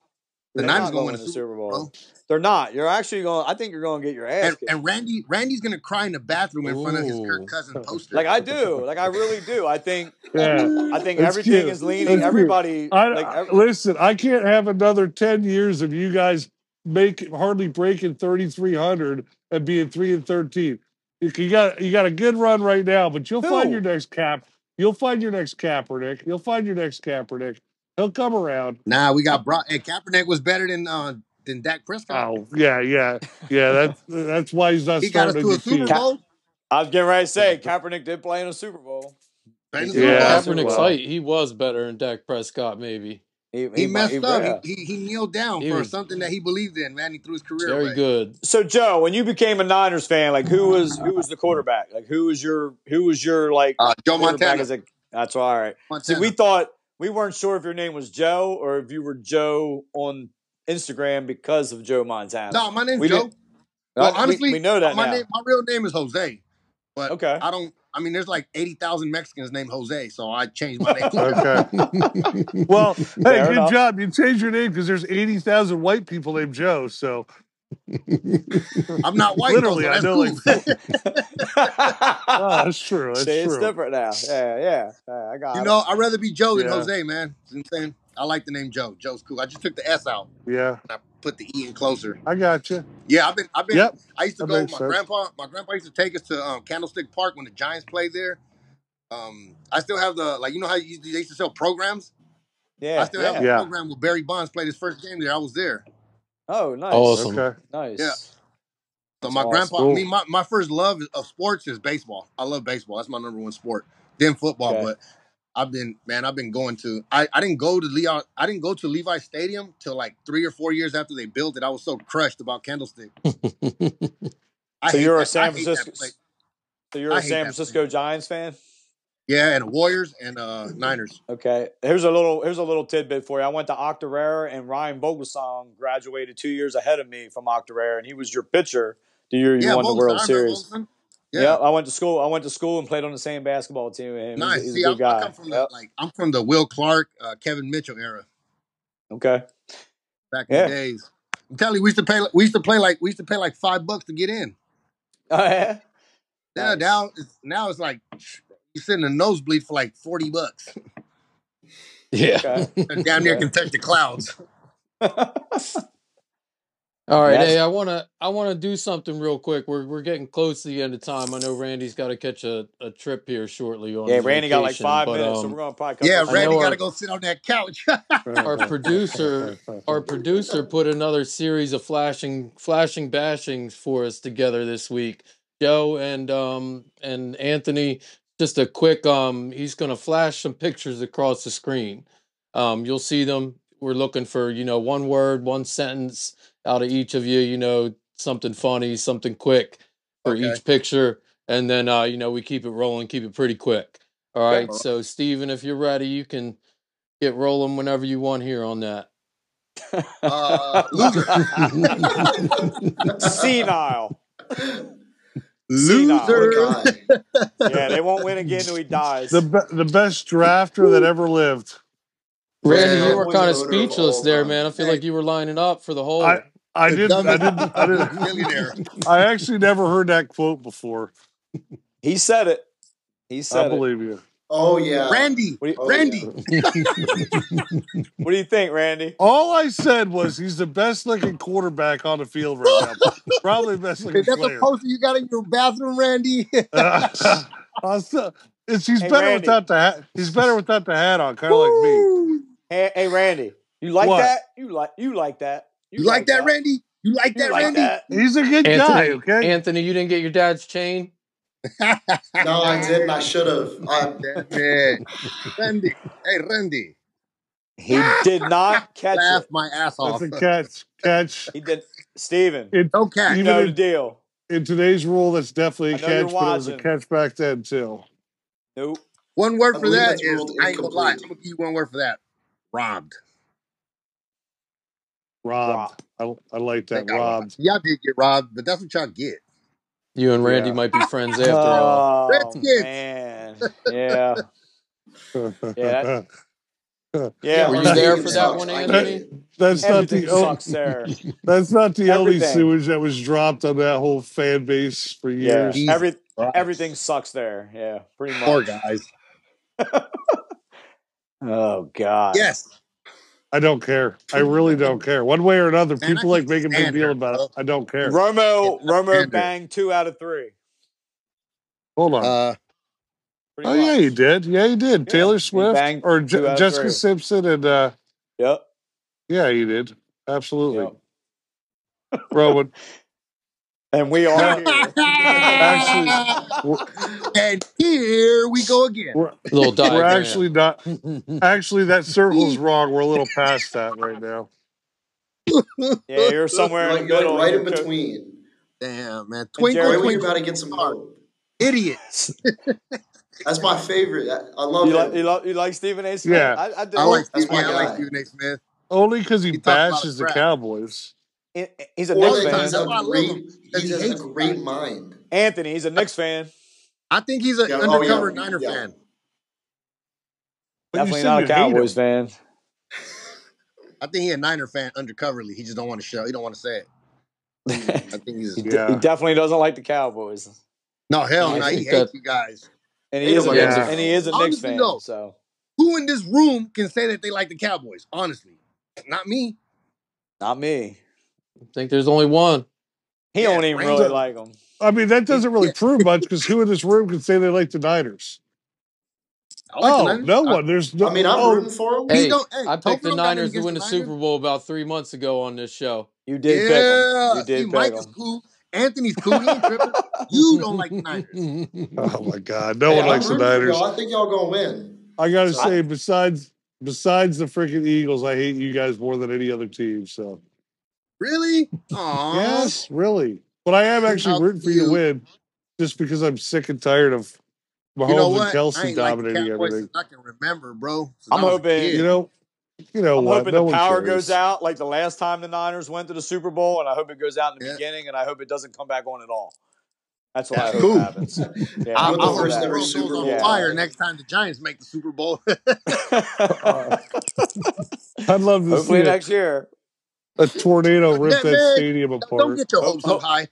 Speaker 4: The
Speaker 2: They're
Speaker 4: Niners
Speaker 2: not going
Speaker 4: gonna
Speaker 2: to win
Speaker 4: win the
Speaker 2: the
Speaker 4: Super
Speaker 2: Super
Speaker 4: Bowl,
Speaker 2: Bowl.
Speaker 4: bro.
Speaker 2: They're not. You're actually going. to I think you're going to get your ass
Speaker 4: And
Speaker 2: kicked.
Speaker 4: and Randy Randy's gonna cry in the bathroom in front of his Kirk
Speaker 1: Ooh.
Speaker 4: Cousin
Speaker 2: Like
Speaker 4: poster.
Speaker 2: I do. Like I really do. I think.
Speaker 3: yeah,
Speaker 2: I think
Speaker 3: it's
Speaker 2: everything is
Speaker 3: cute.
Speaker 2: leaning.
Speaker 3: It's cute.
Speaker 2: Everybody.
Speaker 3: I,
Speaker 2: Like
Speaker 3: I
Speaker 2: ev-
Speaker 3: listen. I can't have another ten years of you guys make hardly breaking thirty three hundred and being three and thirteen. You you got you got a good run right now, but you'll find your
Speaker 2: who?
Speaker 3: next cap. You'll find your next Kaepernick. You'll find your next Kaepernick. He'll come around.
Speaker 4: Nah, we got Brock. Hey, Kaepernick was better than uh than Dak Prescott.
Speaker 3: Oh yeah, yeah, yeah. That's that's why he's not
Speaker 4: He got us
Speaker 3: starting
Speaker 4: to a Super
Speaker 3: undefeated.
Speaker 2: Ka-
Speaker 4: Bowl.
Speaker 2: I was getting ready to say Kaepernick did play in a Super Bowl.
Speaker 4: Right
Speaker 2: He
Speaker 4: in
Speaker 2: did
Speaker 4: the Super
Speaker 2: play in a
Speaker 4: Bowl.
Speaker 3: Yeah,
Speaker 2: Super
Speaker 5: Kaepernick's
Speaker 3: well,
Speaker 2: Bowl.
Speaker 5: height, he was better than Dak Prescott. Maybe
Speaker 2: He
Speaker 4: He
Speaker 2: he might. He,
Speaker 4: messed up. He
Speaker 2: yeah.
Speaker 4: he he kneeled down
Speaker 1: he
Speaker 4: for
Speaker 1: was
Speaker 4: something that he believed in, man. He threw his career
Speaker 1: very
Speaker 4: away.
Speaker 1: good.
Speaker 2: So Joe, when you became a Niners fan, like who was who was the quarterback? Like who was your who was your like
Speaker 4: Uh, Joe
Speaker 2: quarterback
Speaker 4: Montana.
Speaker 2: as a that's all right. See, we
Speaker 4: Montana.
Speaker 2: thought we weren't sure if your name was Joe or if you were Joe on Instagram because of Joe Montana.
Speaker 4: No, my name's
Speaker 2: We didn't
Speaker 4: Joe. Well,
Speaker 2: I- we, we
Speaker 4: honestly,
Speaker 2: know that
Speaker 4: my name Uh,
Speaker 2: now.
Speaker 4: my real name is Jose, but
Speaker 2: Okay.
Speaker 4: I don't. I mean, there's like eighty thousand Mexicans named Jose, so I changed my name.
Speaker 3: okay. Well, hey,
Speaker 2: Fair
Speaker 3: good
Speaker 2: enough.
Speaker 3: job. You changed your name because there's 80,000 white people named Joe. So
Speaker 4: I'm not white though,
Speaker 3: literally,
Speaker 4: so
Speaker 3: I
Speaker 4: that's
Speaker 3: know like
Speaker 4: cool.
Speaker 3: four.
Speaker 4: Ah,
Speaker 3: Oh, that's true. That's
Speaker 2: See, it's
Speaker 3: true.
Speaker 2: different now. Yeah, yeah. yeah, I
Speaker 4: you
Speaker 2: got it.
Speaker 4: know, I'd rather be Joe than
Speaker 3: Yeah.
Speaker 4: Jose, man. You know what I'm saying I like the name Joe. Joe's cool. I just took the S out
Speaker 3: Yeah.
Speaker 4: and I put the E in closer.
Speaker 3: I got you.
Speaker 4: Yeah, I've been, I've been.
Speaker 3: Yep.
Speaker 4: I used to
Speaker 3: That
Speaker 4: go with
Speaker 3: makes
Speaker 4: my
Speaker 3: sense.
Speaker 4: grandpa. My grandpa used to take us to um, Candlestick Park when the Giants played there. Um, I still have the like, you know how you, they used to sell programs. I
Speaker 2: Yeah,
Speaker 4: still have the
Speaker 2: yeah.
Speaker 3: Yeah.
Speaker 4: program where Barry Bonds played his first game there. I was there.
Speaker 2: Oh, nice.
Speaker 5: Awesome.
Speaker 3: Okay.
Speaker 4: Yeah.
Speaker 2: Nice.
Speaker 4: So
Speaker 2: That's
Speaker 4: my
Speaker 2: awesome.
Speaker 4: grandpa, I mean,
Speaker 3: Cool.
Speaker 4: my, my first love of sports is baseball. I love baseball. That's my number one sport. Then football,
Speaker 2: Okay.
Speaker 4: but I've been man, I've been going to I, I didn't go to Leon I didn't go to Levi Stadium till like three or four years after they built it. I was so crushed about Candlestick. I
Speaker 2: so
Speaker 4: hate
Speaker 2: you're
Speaker 4: that-
Speaker 2: a San
Speaker 4: I hate that
Speaker 2: Francisco.
Speaker 4: play.
Speaker 2: So you're
Speaker 4: I
Speaker 2: a
Speaker 4: hate
Speaker 2: San
Speaker 4: that
Speaker 2: Francisco Giants fan.
Speaker 4: Yeah, and Warriors and uh Niners.
Speaker 2: Okay, here's a little here's a little tidbit for you. I went to Octorara, and Ryan Vogelsong graduated two years ahead of me from Octorara, and he was your pitcher the year you
Speaker 4: Yeah,
Speaker 2: won the
Speaker 4: Wilson.
Speaker 2: World
Speaker 4: I remember
Speaker 2: Series.
Speaker 4: Wilson. Yeah,
Speaker 2: Yep, I went to school. I went to school and played on the same basketball team. with him. He's,
Speaker 4: nice.
Speaker 2: he's a
Speaker 4: See, I,
Speaker 2: good
Speaker 4: I
Speaker 2: guy.
Speaker 4: come from the
Speaker 2: Yep.
Speaker 4: like I'm from the Will Clark, uh, Kevin Mitchell era
Speaker 2: Okay.
Speaker 4: back in the
Speaker 2: Yeah.
Speaker 4: days. I'm telling you, we used to pay. We used to play like we used to pay like five bucks to get in.
Speaker 2: Oh, yeah.
Speaker 4: Yeah,
Speaker 2: Nice.
Speaker 4: now it's now it's like you sit in a nosebleed for like forty bucks.
Speaker 1: Yeah.
Speaker 2: Okay.
Speaker 4: And down there
Speaker 2: Okay.
Speaker 4: can touch the clouds.
Speaker 1: All right,
Speaker 2: That's
Speaker 1: hey, I wanna I wanna do something real quick. We're we're getting close to the end of time. I know Randy's got to catch a, a trip here shortly on
Speaker 2: yeah.
Speaker 1: his
Speaker 2: Randy got like
Speaker 1: vacation,
Speaker 2: five
Speaker 1: but
Speaker 2: minutes, so we're
Speaker 1: um,
Speaker 2: gonna probably cut
Speaker 4: Yeah,
Speaker 2: this
Speaker 1: I
Speaker 4: Randy
Speaker 1: know
Speaker 2: short.
Speaker 4: got to
Speaker 1: our
Speaker 4: go sit on that couch.
Speaker 1: our producer our producer put another series of flashing flashing bashings for us together this week joe and um and anthony just a quick um he's gonna flash some pictures across the screen um you'll see them we're looking for you know one word one sentence out of each of you you know something funny something quick for
Speaker 4: okay.
Speaker 1: each picture and then uh you know we keep it rolling keep it pretty quick all
Speaker 2: Okay.
Speaker 1: right so steven if you're ready you can get rolling whenever you want here on that
Speaker 4: Uh, loser.
Speaker 2: Senile.
Speaker 5: What
Speaker 2: Senile.
Speaker 5: a
Speaker 4: Loser.
Speaker 5: guy.
Speaker 2: Yeah, they won't win again till he
Speaker 3: The
Speaker 2: dies.
Speaker 3: be- the best drafter that ever lived.
Speaker 5: Most
Speaker 1: Randy, you were
Speaker 2: Yeah.
Speaker 5: accomplished
Speaker 1: kind of
Speaker 5: voter of
Speaker 1: speechless
Speaker 5: all
Speaker 1: there, man. I
Speaker 5: time.
Speaker 1: feel
Speaker 4: Hey,
Speaker 1: like you were lining up for the
Speaker 3: I
Speaker 1: whole.
Speaker 3: I
Speaker 4: the
Speaker 3: didn't I
Speaker 4: dumbest
Speaker 3: didn't I didn't
Speaker 4: billionaire.
Speaker 3: I actually never heard that quote before.
Speaker 2: He said it. He
Speaker 3: I
Speaker 2: said it.
Speaker 3: believe you.
Speaker 5: Oh yeah.
Speaker 4: Randy.
Speaker 2: What do you,
Speaker 5: Oh yeah.
Speaker 4: Randy.
Speaker 2: What do you think, Randy?
Speaker 3: All I said was he's the best looking quarterback on the field right now. Probably the best
Speaker 4: Is
Speaker 3: looking
Speaker 4: that the
Speaker 3: player.
Speaker 4: poster you got in your bathroom, Randy?
Speaker 3: I'll still- it's, he's
Speaker 2: Hey,
Speaker 3: better
Speaker 2: Randy.
Speaker 3: without the hat. He's better without the hat on, kind of like me.
Speaker 4: Woo!
Speaker 2: Hey, hey, Randy. You like
Speaker 3: What?
Speaker 2: that? You like you like that? You
Speaker 4: You like
Speaker 2: like
Speaker 4: that,
Speaker 2: that?
Speaker 4: Randy? You like
Speaker 2: You
Speaker 4: that,
Speaker 2: like
Speaker 4: Randy?
Speaker 2: that?
Speaker 3: He's a good guy.
Speaker 1: Anthony,
Speaker 3: Okay.
Speaker 1: Anthony, you didn't get your dad's chain.
Speaker 5: No, I didn't. I should have. I
Speaker 4: Damn it. Randy. Hey, Randy.
Speaker 2: He did not catch
Speaker 4: Laugh
Speaker 2: it.
Speaker 4: my ass
Speaker 3: That's
Speaker 4: off.
Speaker 3: a catch. Catch.
Speaker 2: He did. Steven,
Speaker 3: It
Speaker 4: No catch.
Speaker 2: you
Speaker 3: even
Speaker 2: know the
Speaker 3: in,
Speaker 2: deal.
Speaker 3: in today's rule, that's definitely
Speaker 2: I
Speaker 3: a
Speaker 2: know you're
Speaker 3: catch, but it was a
Speaker 2: watching.
Speaker 3: catch back then too.
Speaker 2: Nope.
Speaker 4: One word
Speaker 5: I
Speaker 4: for
Speaker 5: believe
Speaker 4: that
Speaker 5: that's
Speaker 4: is
Speaker 5: ruled
Speaker 4: I ain't gonna lie.
Speaker 5: incomplete.
Speaker 4: I'm gonna give you one word for that. Robbed.
Speaker 3: Robbed.
Speaker 2: Rob.
Speaker 3: I I like
Speaker 4: They
Speaker 3: that.
Speaker 4: got robbed.
Speaker 3: Robbed.
Speaker 4: Y'all did get robbed, but that's what y'all get.
Speaker 1: You and Randy
Speaker 2: Yeah.
Speaker 1: might be friends after
Speaker 3: Uh,
Speaker 1: all.
Speaker 2: Oh
Speaker 4: Redskins.
Speaker 2: man. Yeah. Yeah. That,
Speaker 3: that's
Speaker 5: Yeah,
Speaker 2: yeah.
Speaker 1: Were
Speaker 5: our
Speaker 1: you there
Speaker 2: Everything
Speaker 5: stadium
Speaker 1: for that
Speaker 5: sucks.
Speaker 1: one,
Speaker 2: sucks.
Speaker 5: I get
Speaker 1: Anthony?
Speaker 5: it.
Speaker 3: not
Speaker 2: Everything
Speaker 3: the only
Speaker 2: sucks there.
Speaker 3: that's not the only
Speaker 2: Everything.
Speaker 3: sewage that was dropped on that whole fan base for
Speaker 2: Yeah.
Speaker 3: years.
Speaker 4: Jesus
Speaker 2: Every everything
Speaker 4: Christ.
Speaker 2: sucks there. Yeah. Pretty
Speaker 4: Poor
Speaker 2: much.
Speaker 4: guys.
Speaker 2: Oh God.
Speaker 4: Yes.
Speaker 3: I don't care. I really don't care. One way or another,
Speaker 4: Man, I
Speaker 3: people like
Speaker 4: can't
Speaker 3: making a big
Speaker 4: stand
Speaker 3: deal
Speaker 4: her,
Speaker 3: about it.
Speaker 4: bro.
Speaker 3: I don't care.
Speaker 2: Romo
Speaker 4: Cannot
Speaker 2: Romo
Speaker 4: stand her.
Speaker 2: banged two out of three.
Speaker 3: Hold on.
Speaker 4: Uh
Speaker 2: Pretty
Speaker 3: Oh yeah, he
Speaker 2: much.
Speaker 3: did. Yeah, he did.
Speaker 2: Yeah.
Speaker 3: Taylor
Speaker 2: He
Speaker 3: Swift
Speaker 2: banged
Speaker 3: or J-
Speaker 2: two out of
Speaker 3: Jessica
Speaker 2: three.
Speaker 3: Simpson and uh
Speaker 2: Yep.
Speaker 3: yeah, he did. Absolutely.
Speaker 2: Yep.
Speaker 3: Roman.
Speaker 2: And we are
Speaker 3: Now
Speaker 2: here.
Speaker 3: actually we're,
Speaker 4: and here we go again.
Speaker 3: we're
Speaker 1: Little
Speaker 3: we're
Speaker 1: diagram.
Speaker 3: actually not actually that circle's
Speaker 4: You're
Speaker 3: wrong. We're a little past that right now.
Speaker 2: yeah, you're somewhere
Speaker 5: You're
Speaker 2: in the
Speaker 5: like you're
Speaker 2: middle
Speaker 5: like
Speaker 2: and
Speaker 5: right
Speaker 2: you're
Speaker 5: in
Speaker 2: co-
Speaker 5: between.
Speaker 4: Damn, man.
Speaker 2: and
Speaker 4: Twinkle,
Speaker 5: Right
Speaker 2: Jeremy
Speaker 5: when you're
Speaker 4: twinkle,
Speaker 5: about to get some
Speaker 4: star.
Speaker 5: hope.
Speaker 4: Idiot.
Speaker 5: That's my favorite. I, I love
Speaker 2: You like you
Speaker 5: him.
Speaker 2: like you like Stephen A. Smith?
Speaker 3: Yeah.
Speaker 2: I, I did
Speaker 4: I
Speaker 3: Oh,
Speaker 4: like
Speaker 5: That's
Speaker 4: Steve.
Speaker 5: my
Speaker 4: Yeah, I like
Speaker 5: guy.
Speaker 4: Stephen A. Smith.
Speaker 3: only because he
Speaker 4: He talks a lot of
Speaker 3: bashes the
Speaker 4: crap
Speaker 3: Cowboys.
Speaker 2: he- he's a
Speaker 4: all
Speaker 2: Knicks
Speaker 4: the
Speaker 5: Anthony
Speaker 4: time.
Speaker 2: fan.
Speaker 5: has
Speaker 4: That's
Speaker 5: a
Speaker 4: why I love him
Speaker 5: great
Speaker 4: because
Speaker 5: he
Speaker 4: he
Speaker 5: has a
Speaker 4: hates you guys.
Speaker 5: great mind.
Speaker 2: Anthony, he's a Knicks fan.
Speaker 4: I think he's an
Speaker 5: Yeah. Oh yeah.
Speaker 4: undercover Niner
Speaker 5: Yeah.
Speaker 4: fan.
Speaker 3: But you
Speaker 2: Definitely
Speaker 3: said
Speaker 2: not a
Speaker 3: you hate
Speaker 2: Cowboys
Speaker 3: him.
Speaker 2: fan.
Speaker 4: I think he's a Niner fan undercoverly. He just don't want to show. He don't want to say it.
Speaker 5: Mm.
Speaker 4: I think
Speaker 2: he,
Speaker 4: he's
Speaker 2: de- he
Speaker 3: Yeah.
Speaker 2: definitely doesn't like the Cowboys,
Speaker 4: no hell
Speaker 1: No, I
Speaker 4: no. He
Speaker 1: think
Speaker 4: hates
Speaker 1: that
Speaker 4: you guys.
Speaker 2: and he
Speaker 5: Ain't
Speaker 2: is a
Speaker 5: nobody
Speaker 2: Knicks
Speaker 5: likes the
Speaker 3: Yeah.
Speaker 2: and he is a
Speaker 5: Cowboys.
Speaker 2: Knicks
Speaker 4: Honestly
Speaker 2: fan.
Speaker 4: though,
Speaker 2: So
Speaker 4: who in this room can say that they like the Cowboys? Honestly, not me.
Speaker 2: not me.
Speaker 1: I think there's only one.
Speaker 2: He
Speaker 4: Yeah,
Speaker 2: don't even really
Speaker 4: Randy.
Speaker 3: So
Speaker 2: like them.
Speaker 3: I mean that
Speaker 4: He,
Speaker 3: doesn't really
Speaker 4: yeah,
Speaker 3: prove much because who in this room can say they like the Niners?
Speaker 4: I like the
Speaker 3: Oh,
Speaker 4: Niners.
Speaker 3: no
Speaker 4: I,
Speaker 3: one. There's
Speaker 5: I
Speaker 3: no
Speaker 5: mean, I'm
Speaker 3: oh
Speaker 5: rooting for him.
Speaker 4: he
Speaker 1: Hey,
Speaker 4: don't. Hey,
Speaker 1: I picked
Speaker 4: Topher
Speaker 1: the
Speaker 4: don't got nothing
Speaker 1: Niners to
Speaker 4: against
Speaker 1: win
Speaker 4: the
Speaker 1: the
Speaker 4: Niners.
Speaker 1: Super Bowl about three months ago on this show.
Speaker 2: You did pick them. You
Speaker 4: Yeah. See,
Speaker 2: did pick
Speaker 4: Mike is
Speaker 2: them.
Speaker 4: cool. Anthony's cool. He ain't tripping. You don't like the Niners.
Speaker 3: Oh my God! No
Speaker 5: Hey,
Speaker 3: one
Speaker 5: I'm
Speaker 3: likes the
Speaker 5: rooting for
Speaker 3: Niners.
Speaker 5: y'all. I think y'all gonna win.
Speaker 3: I gotta
Speaker 2: I
Speaker 5: So
Speaker 3: say, besides besides the freaking Eagles, I hate you guys more than any other team. So
Speaker 4: Really? Aw.
Speaker 3: yes, really. But I am actually
Speaker 4: I'll
Speaker 3: rooting for you to
Speaker 4: do-
Speaker 3: win, just because I'm sick and tired of Mahomes
Speaker 4: You know what?
Speaker 3: and
Speaker 4: I
Speaker 3: Kelsey
Speaker 4: ain't like the
Speaker 3: dominating
Speaker 4: Cowboys
Speaker 3: everything.
Speaker 4: since I can remember, bro. Since
Speaker 2: I'm
Speaker 4: I was a
Speaker 2: hoping-
Speaker 4: kid.
Speaker 3: You know, you know
Speaker 2: I'm
Speaker 3: what?
Speaker 2: hoping
Speaker 3: No
Speaker 2: the
Speaker 3: one
Speaker 2: power
Speaker 3: cares.
Speaker 2: goes out like the last time the Niners went to the Super Bowl, and I hope it goes out in the
Speaker 4: Yeah.
Speaker 2: beginning, and I hope it doesn't come back on at all. That's what I
Speaker 4: That's
Speaker 2: hope
Speaker 4: cool.
Speaker 2: happens. Yeah,
Speaker 4: I,
Speaker 5: You
Speaker 2: I'm
Speaker 5: want the
Speaker 4: I
Speaker 2: cool
Speaker 4: hope
Speaker 2: with
Speaker 5: first
Speaker 4: the
Speaker 5: ever
Speaker 4: world goes
Speaker 5: Super
Speaker 4: on
Speaker 5: Bowl
Speaker 2: Yeah.
Speaker 4: fire
Speaker 5: tie.
Speaker 4: next time the Giants make the Super Bowl.
Speaker 3: Uh,
Speaker 2: that.
Speaker 3: I'd love to see
Speaker 2: Hopefully
Speaker 3: a,
Speaker 2: next year.
Speaker 3: a tornado rip
Speaker 4: that
Speaker 3: that
Speaker 4: man,
Speaker 3: stadium
Speaker 4: don't
Speaker 3: apart.
Speaker 4: get your
Speaker 2: Hope,
Speaker 4: hopes up
Speaker 2: hope,
Speaker 4: high.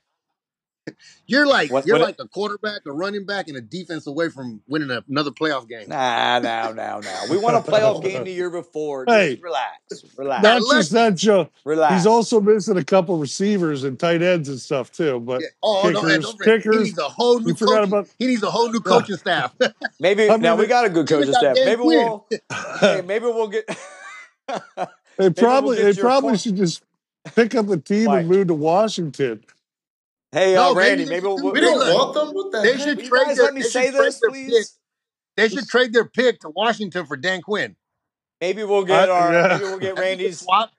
Speaker 4: You're like
Speaker 2: what,
Speaker 4: you're
Speaker 2: what it,
Speaker 4: like a quarterback, a running back, and a defense away from winning a, another playoff game.
Speaker 2: nah, no, no, no. We won a playoff game the year before. Just
Speaker 3: hey,
Speaker 2: relax,
Speaker 3: not
Speaker 2: relax,
Speaker 3: just
Speaker 4: Election.
Speaker 3: that, Joe. He's
Speaker 2: relax.
Speaker 3: also missing a couple receivers and tight ends and stuff too. But
Speaker 4: Yeah. Oh no,
Speaker 3: kickers,
Speaker 4: and don't forget, he
Speaker 3: kickers.
Speaker 4: needs a whole
Speaker 3: We
Speaker 4: new
Speaker 3: forgot
Speaker 4: coaching.
Speaker 3: about.
Speaker 4: He needs a whole new
Speaker 3: Uh,
Speaker 4: coaching staff.
Speaker 2: Maybe
Speaker 3: I
Speaker 2: now we
Speaker 3: mean,
Speaker 2: got a good
Speaker 4: Even
Speaker 2: coaching
Speaker 4: got
Speaker 2: staff.
Speaker 4: Dan
Speaker 2: Maybe
Speaker 4: Quinn.
Speaker 2: we'll, hey, maybe we'll get,
Speaker 3: they
Speaker 2: maybe we'll
Speaker 3: probably they
Speaker 2: get your
Speaker 3: probably
Speaker 2: corn,
Speaker 3: should just pick up a team and
Speaker 2: Mike.
Speaker 3: move to Washington.
Speaker 2: Hey, uh,
Speaker 4: No, maybe
Speaker 2: Randy,
Speaker 4: they
Speaker 2: maybe
Speaker 4: should
Speaker 2: we'll,
Speaker 4: do
Speaker 2: we'll,
Speaker 5: We
Speaker 4: big
Speaker 5: don't
Speaker 4: like
Speaker 2: we'll-
Speaker 5: want them. What the
Speaker 4: they
Speaker 5: heck?
Speaker 4: should
Speaker 2: will you
Speaker 4: trade
Speaker 2: guys
Speaker 4: their
Speaker 2: let me
Speaker 4: they should
Speaker 2: say
Speaker 4: trade
Speaker 2: this,
Speaker 4: their pick.
Speaker 2: please?
Speaker 4: They should trade their pick to Washington for Dan Quinn.
Speaker 2: Maybe we'll
Speaker 3: I
Speaker 2: get our,
Speaker 3: yeah.
Speaker 2: maybe we'll get
Speaker 4: That could get
Speaker 2: Randy's.
Speaker 4: swapped.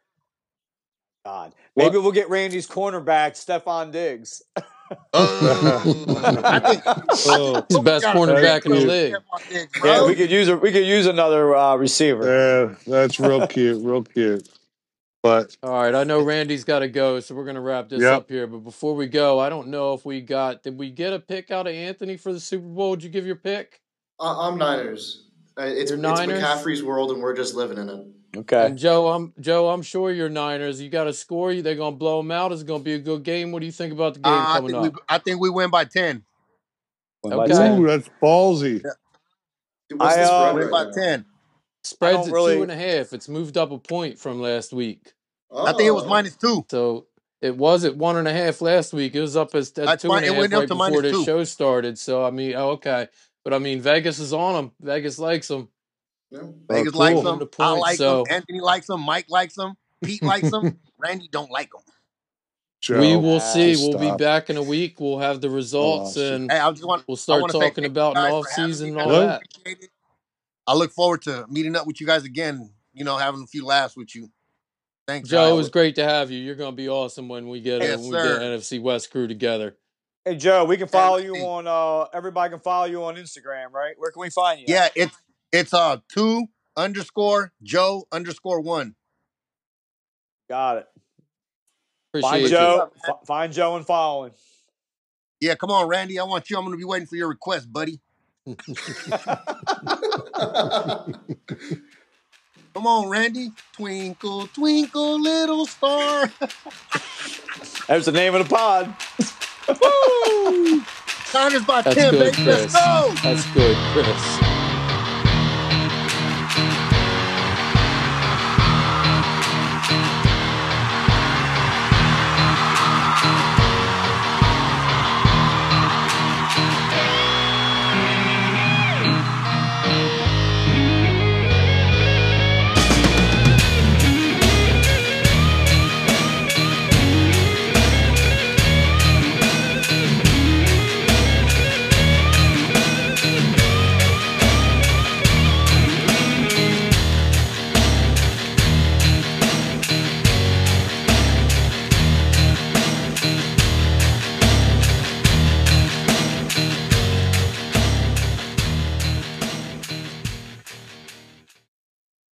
Speaker 2: God, maybe
Speaker 3: What?
Speaker 2: we'll get Randy's cornerback, Stefan Diggs.
Speaker 4: Oh, I think I
Speaker 3: oh,
Speaker 4: think
Speaker 1: He's the
Speaker 4: Colts
Speaker 1: best
Speaker 4: got to trade
Speaker 1: cornerback in the
Speaker 4: away
Speaker 1: league.
Speaker 3: cute.
Speaker 4: Stephon Diggs,
Speaker 2: yeah, we
Speaker 4: bro.
Speaker 2: could use a, we could use another uh, receiver.
Speaker 3: Yeah, that's real cute, real cute. But
Speaker 1: All right, I know Randy's got to go, so we're going to wrap this
Speaker 3: yep,
Speaker 1: up here. But before we go, I don't know if we got did we get a pick out of Anthony for the Super Bowl? Did you give your pick?
Speaker 5: I, I'm Niners. Uh, It's
Speaker 1: Your
Speaker 5: it's
Speaker 1: Niners?
Speaker 5: McCaffrey's world, and we're just living in it.
Speaker 2: Okay.
Speaker 1: And Joe, I'm Joe. I'm sure you're Niners. You got to score. You They're gonna blow them out. It's gonna be a good game. What do you think about the game
Speaker 4: Uh, I
Speaker 1: coming
Speaker 4: think we
Speaker 1: up?
Speaker 4: I think we win by ten.
Speaker 2: One by
Speaker 1: Okay,
Speaker 3: ooh,
Speaker 2: ten.
Speaker 3: that's ballsy.
Speaker 4: Yeah,
Speaker 5: Dude, What's
Speaker 2: I
Speaker 5: the
Speaker 2: uh,
Speaker 5: spread
Speaker 4: win
Speaker 5: right
Speaker 4: by
Speaker 5: now?
Speaker 4: ten.
Speaker 2: I
Speaker 1: spreads
Speaker 2: don't
Speaker 1: at two
Speaker 2: really.
Speaker 1: and a half. It's moved up a point from last week.
Speaker 4: I think it was
Speaker 5: Oh,
Speaker 4: minus two.
Speaker 1: So it was at one and a half last week. It was up as at
Speaker 4: That's
Speaker 1: two
Speaker 4: my
Speaker 1: and a
Speaker 4: it
Speaker 1: half
Speaker 4: went up
Speaker 1: right
Speaker 4: to
Speaker 1: before
Speaker 4: minus
Speaker 1: this
Speaker 4: two.
Speaker 1: show started. So I mean, oh, okay, but I mean, Vegas is on them. Vegas likes them.
Speaker 5: yeah.
Speaker 3: Oh,
Speaker 4: Vegas likes
Speaker 1: Give them
Speaker 3: cool.
Speaker 4: them.
Speaker 1: the
Speaker 4: I
Speaker 1: points.
Speaker 4: like them.
Speaker 1: So
Speaker 4: Anthony likes them. Mike likes them. Pete likes them. Randy don't like them.
Speaker 1: we
Speaker 3: Joe,
Speaker 4: Ah,
Speaker 1: will
Speaker 2: Nah.
Speaker 1: see.
Speaker 3: just
Speaker 1: We'll be
Speaker 3: stop.
Speaker 1: back in a week. We'll have the
Speaker 3: I
Speaker 1: results
Speaker 3: lost it.
Speaker 1: and
Speaker 4: Hey, I just want
Speaker 1: we'll
Speaker 4: I
Speaker 1: start
Speaker 4: want to say
Speaker 1: talking
Speaker 4: thank
Speaker 1: about
Speaker 4: you
Speaker 1: an
Speaker 4: guys
Speaker 1: off
Speaker 4: for having
Speaker 1: season
Speaker 4: me.
Speaker 1: and
Speaker 4: I
Speaker 1: all
Speaker 4: really
Speaker 3: Hello.
Speaker 1: that.
Speaker 4: appreciate it. I look forward to meeting up with you guys again. You know, having a few laughs with you. Thanks,
Speaker 1: Joe,
Speaker 4: guys.
Speaker 1: it
Speaker 2: Yeah.
Speaker 1: was
Speaker 2: We,
Speaker 1: great to have you. You're going to be awesome when we get
Speaker 2: hey,
Speaker 1: a
Speaker 4: Yes,
Speaker 1: when we get
Speaker 4: sir.
Speaker 1: an NFC West crew together.
Speaker 2: hey, Joe. We can
Speaker 4: Hey,
Speaker 2: follow you
Speaker 4: Randy.
Speaker 2: on. Uh, everybody can follow you on Instagram, right? Where can we find you at?
Speaker 4: Yeah, it's it's uh two underscore Joe underscore one.
Speaker 2: Got it. Find
Speaker 1: Appreciate
Speaker 4: Look me
Speaker 1: you.
Speaker 2: Joe.
Speaker 4: up, man.
Speaker 2: F- find Joe and follow him.
Speaker 4: Yeah, come on, Randy. I want you. I'm gonna be waiting for your request, buddy. Come on, Randy. Twinkle, twinkle, little star.
Speaker 2: That's the name of the pod.
Speaker 4: Woo! Niners by
Speaker 1: That's
Speaker 4: ten,
Speaker 1: good,
Speaker 4: baby. Let's
Speaker 1: Chris.
Speaker 4: go.
Speaker 1: That's good, Chris.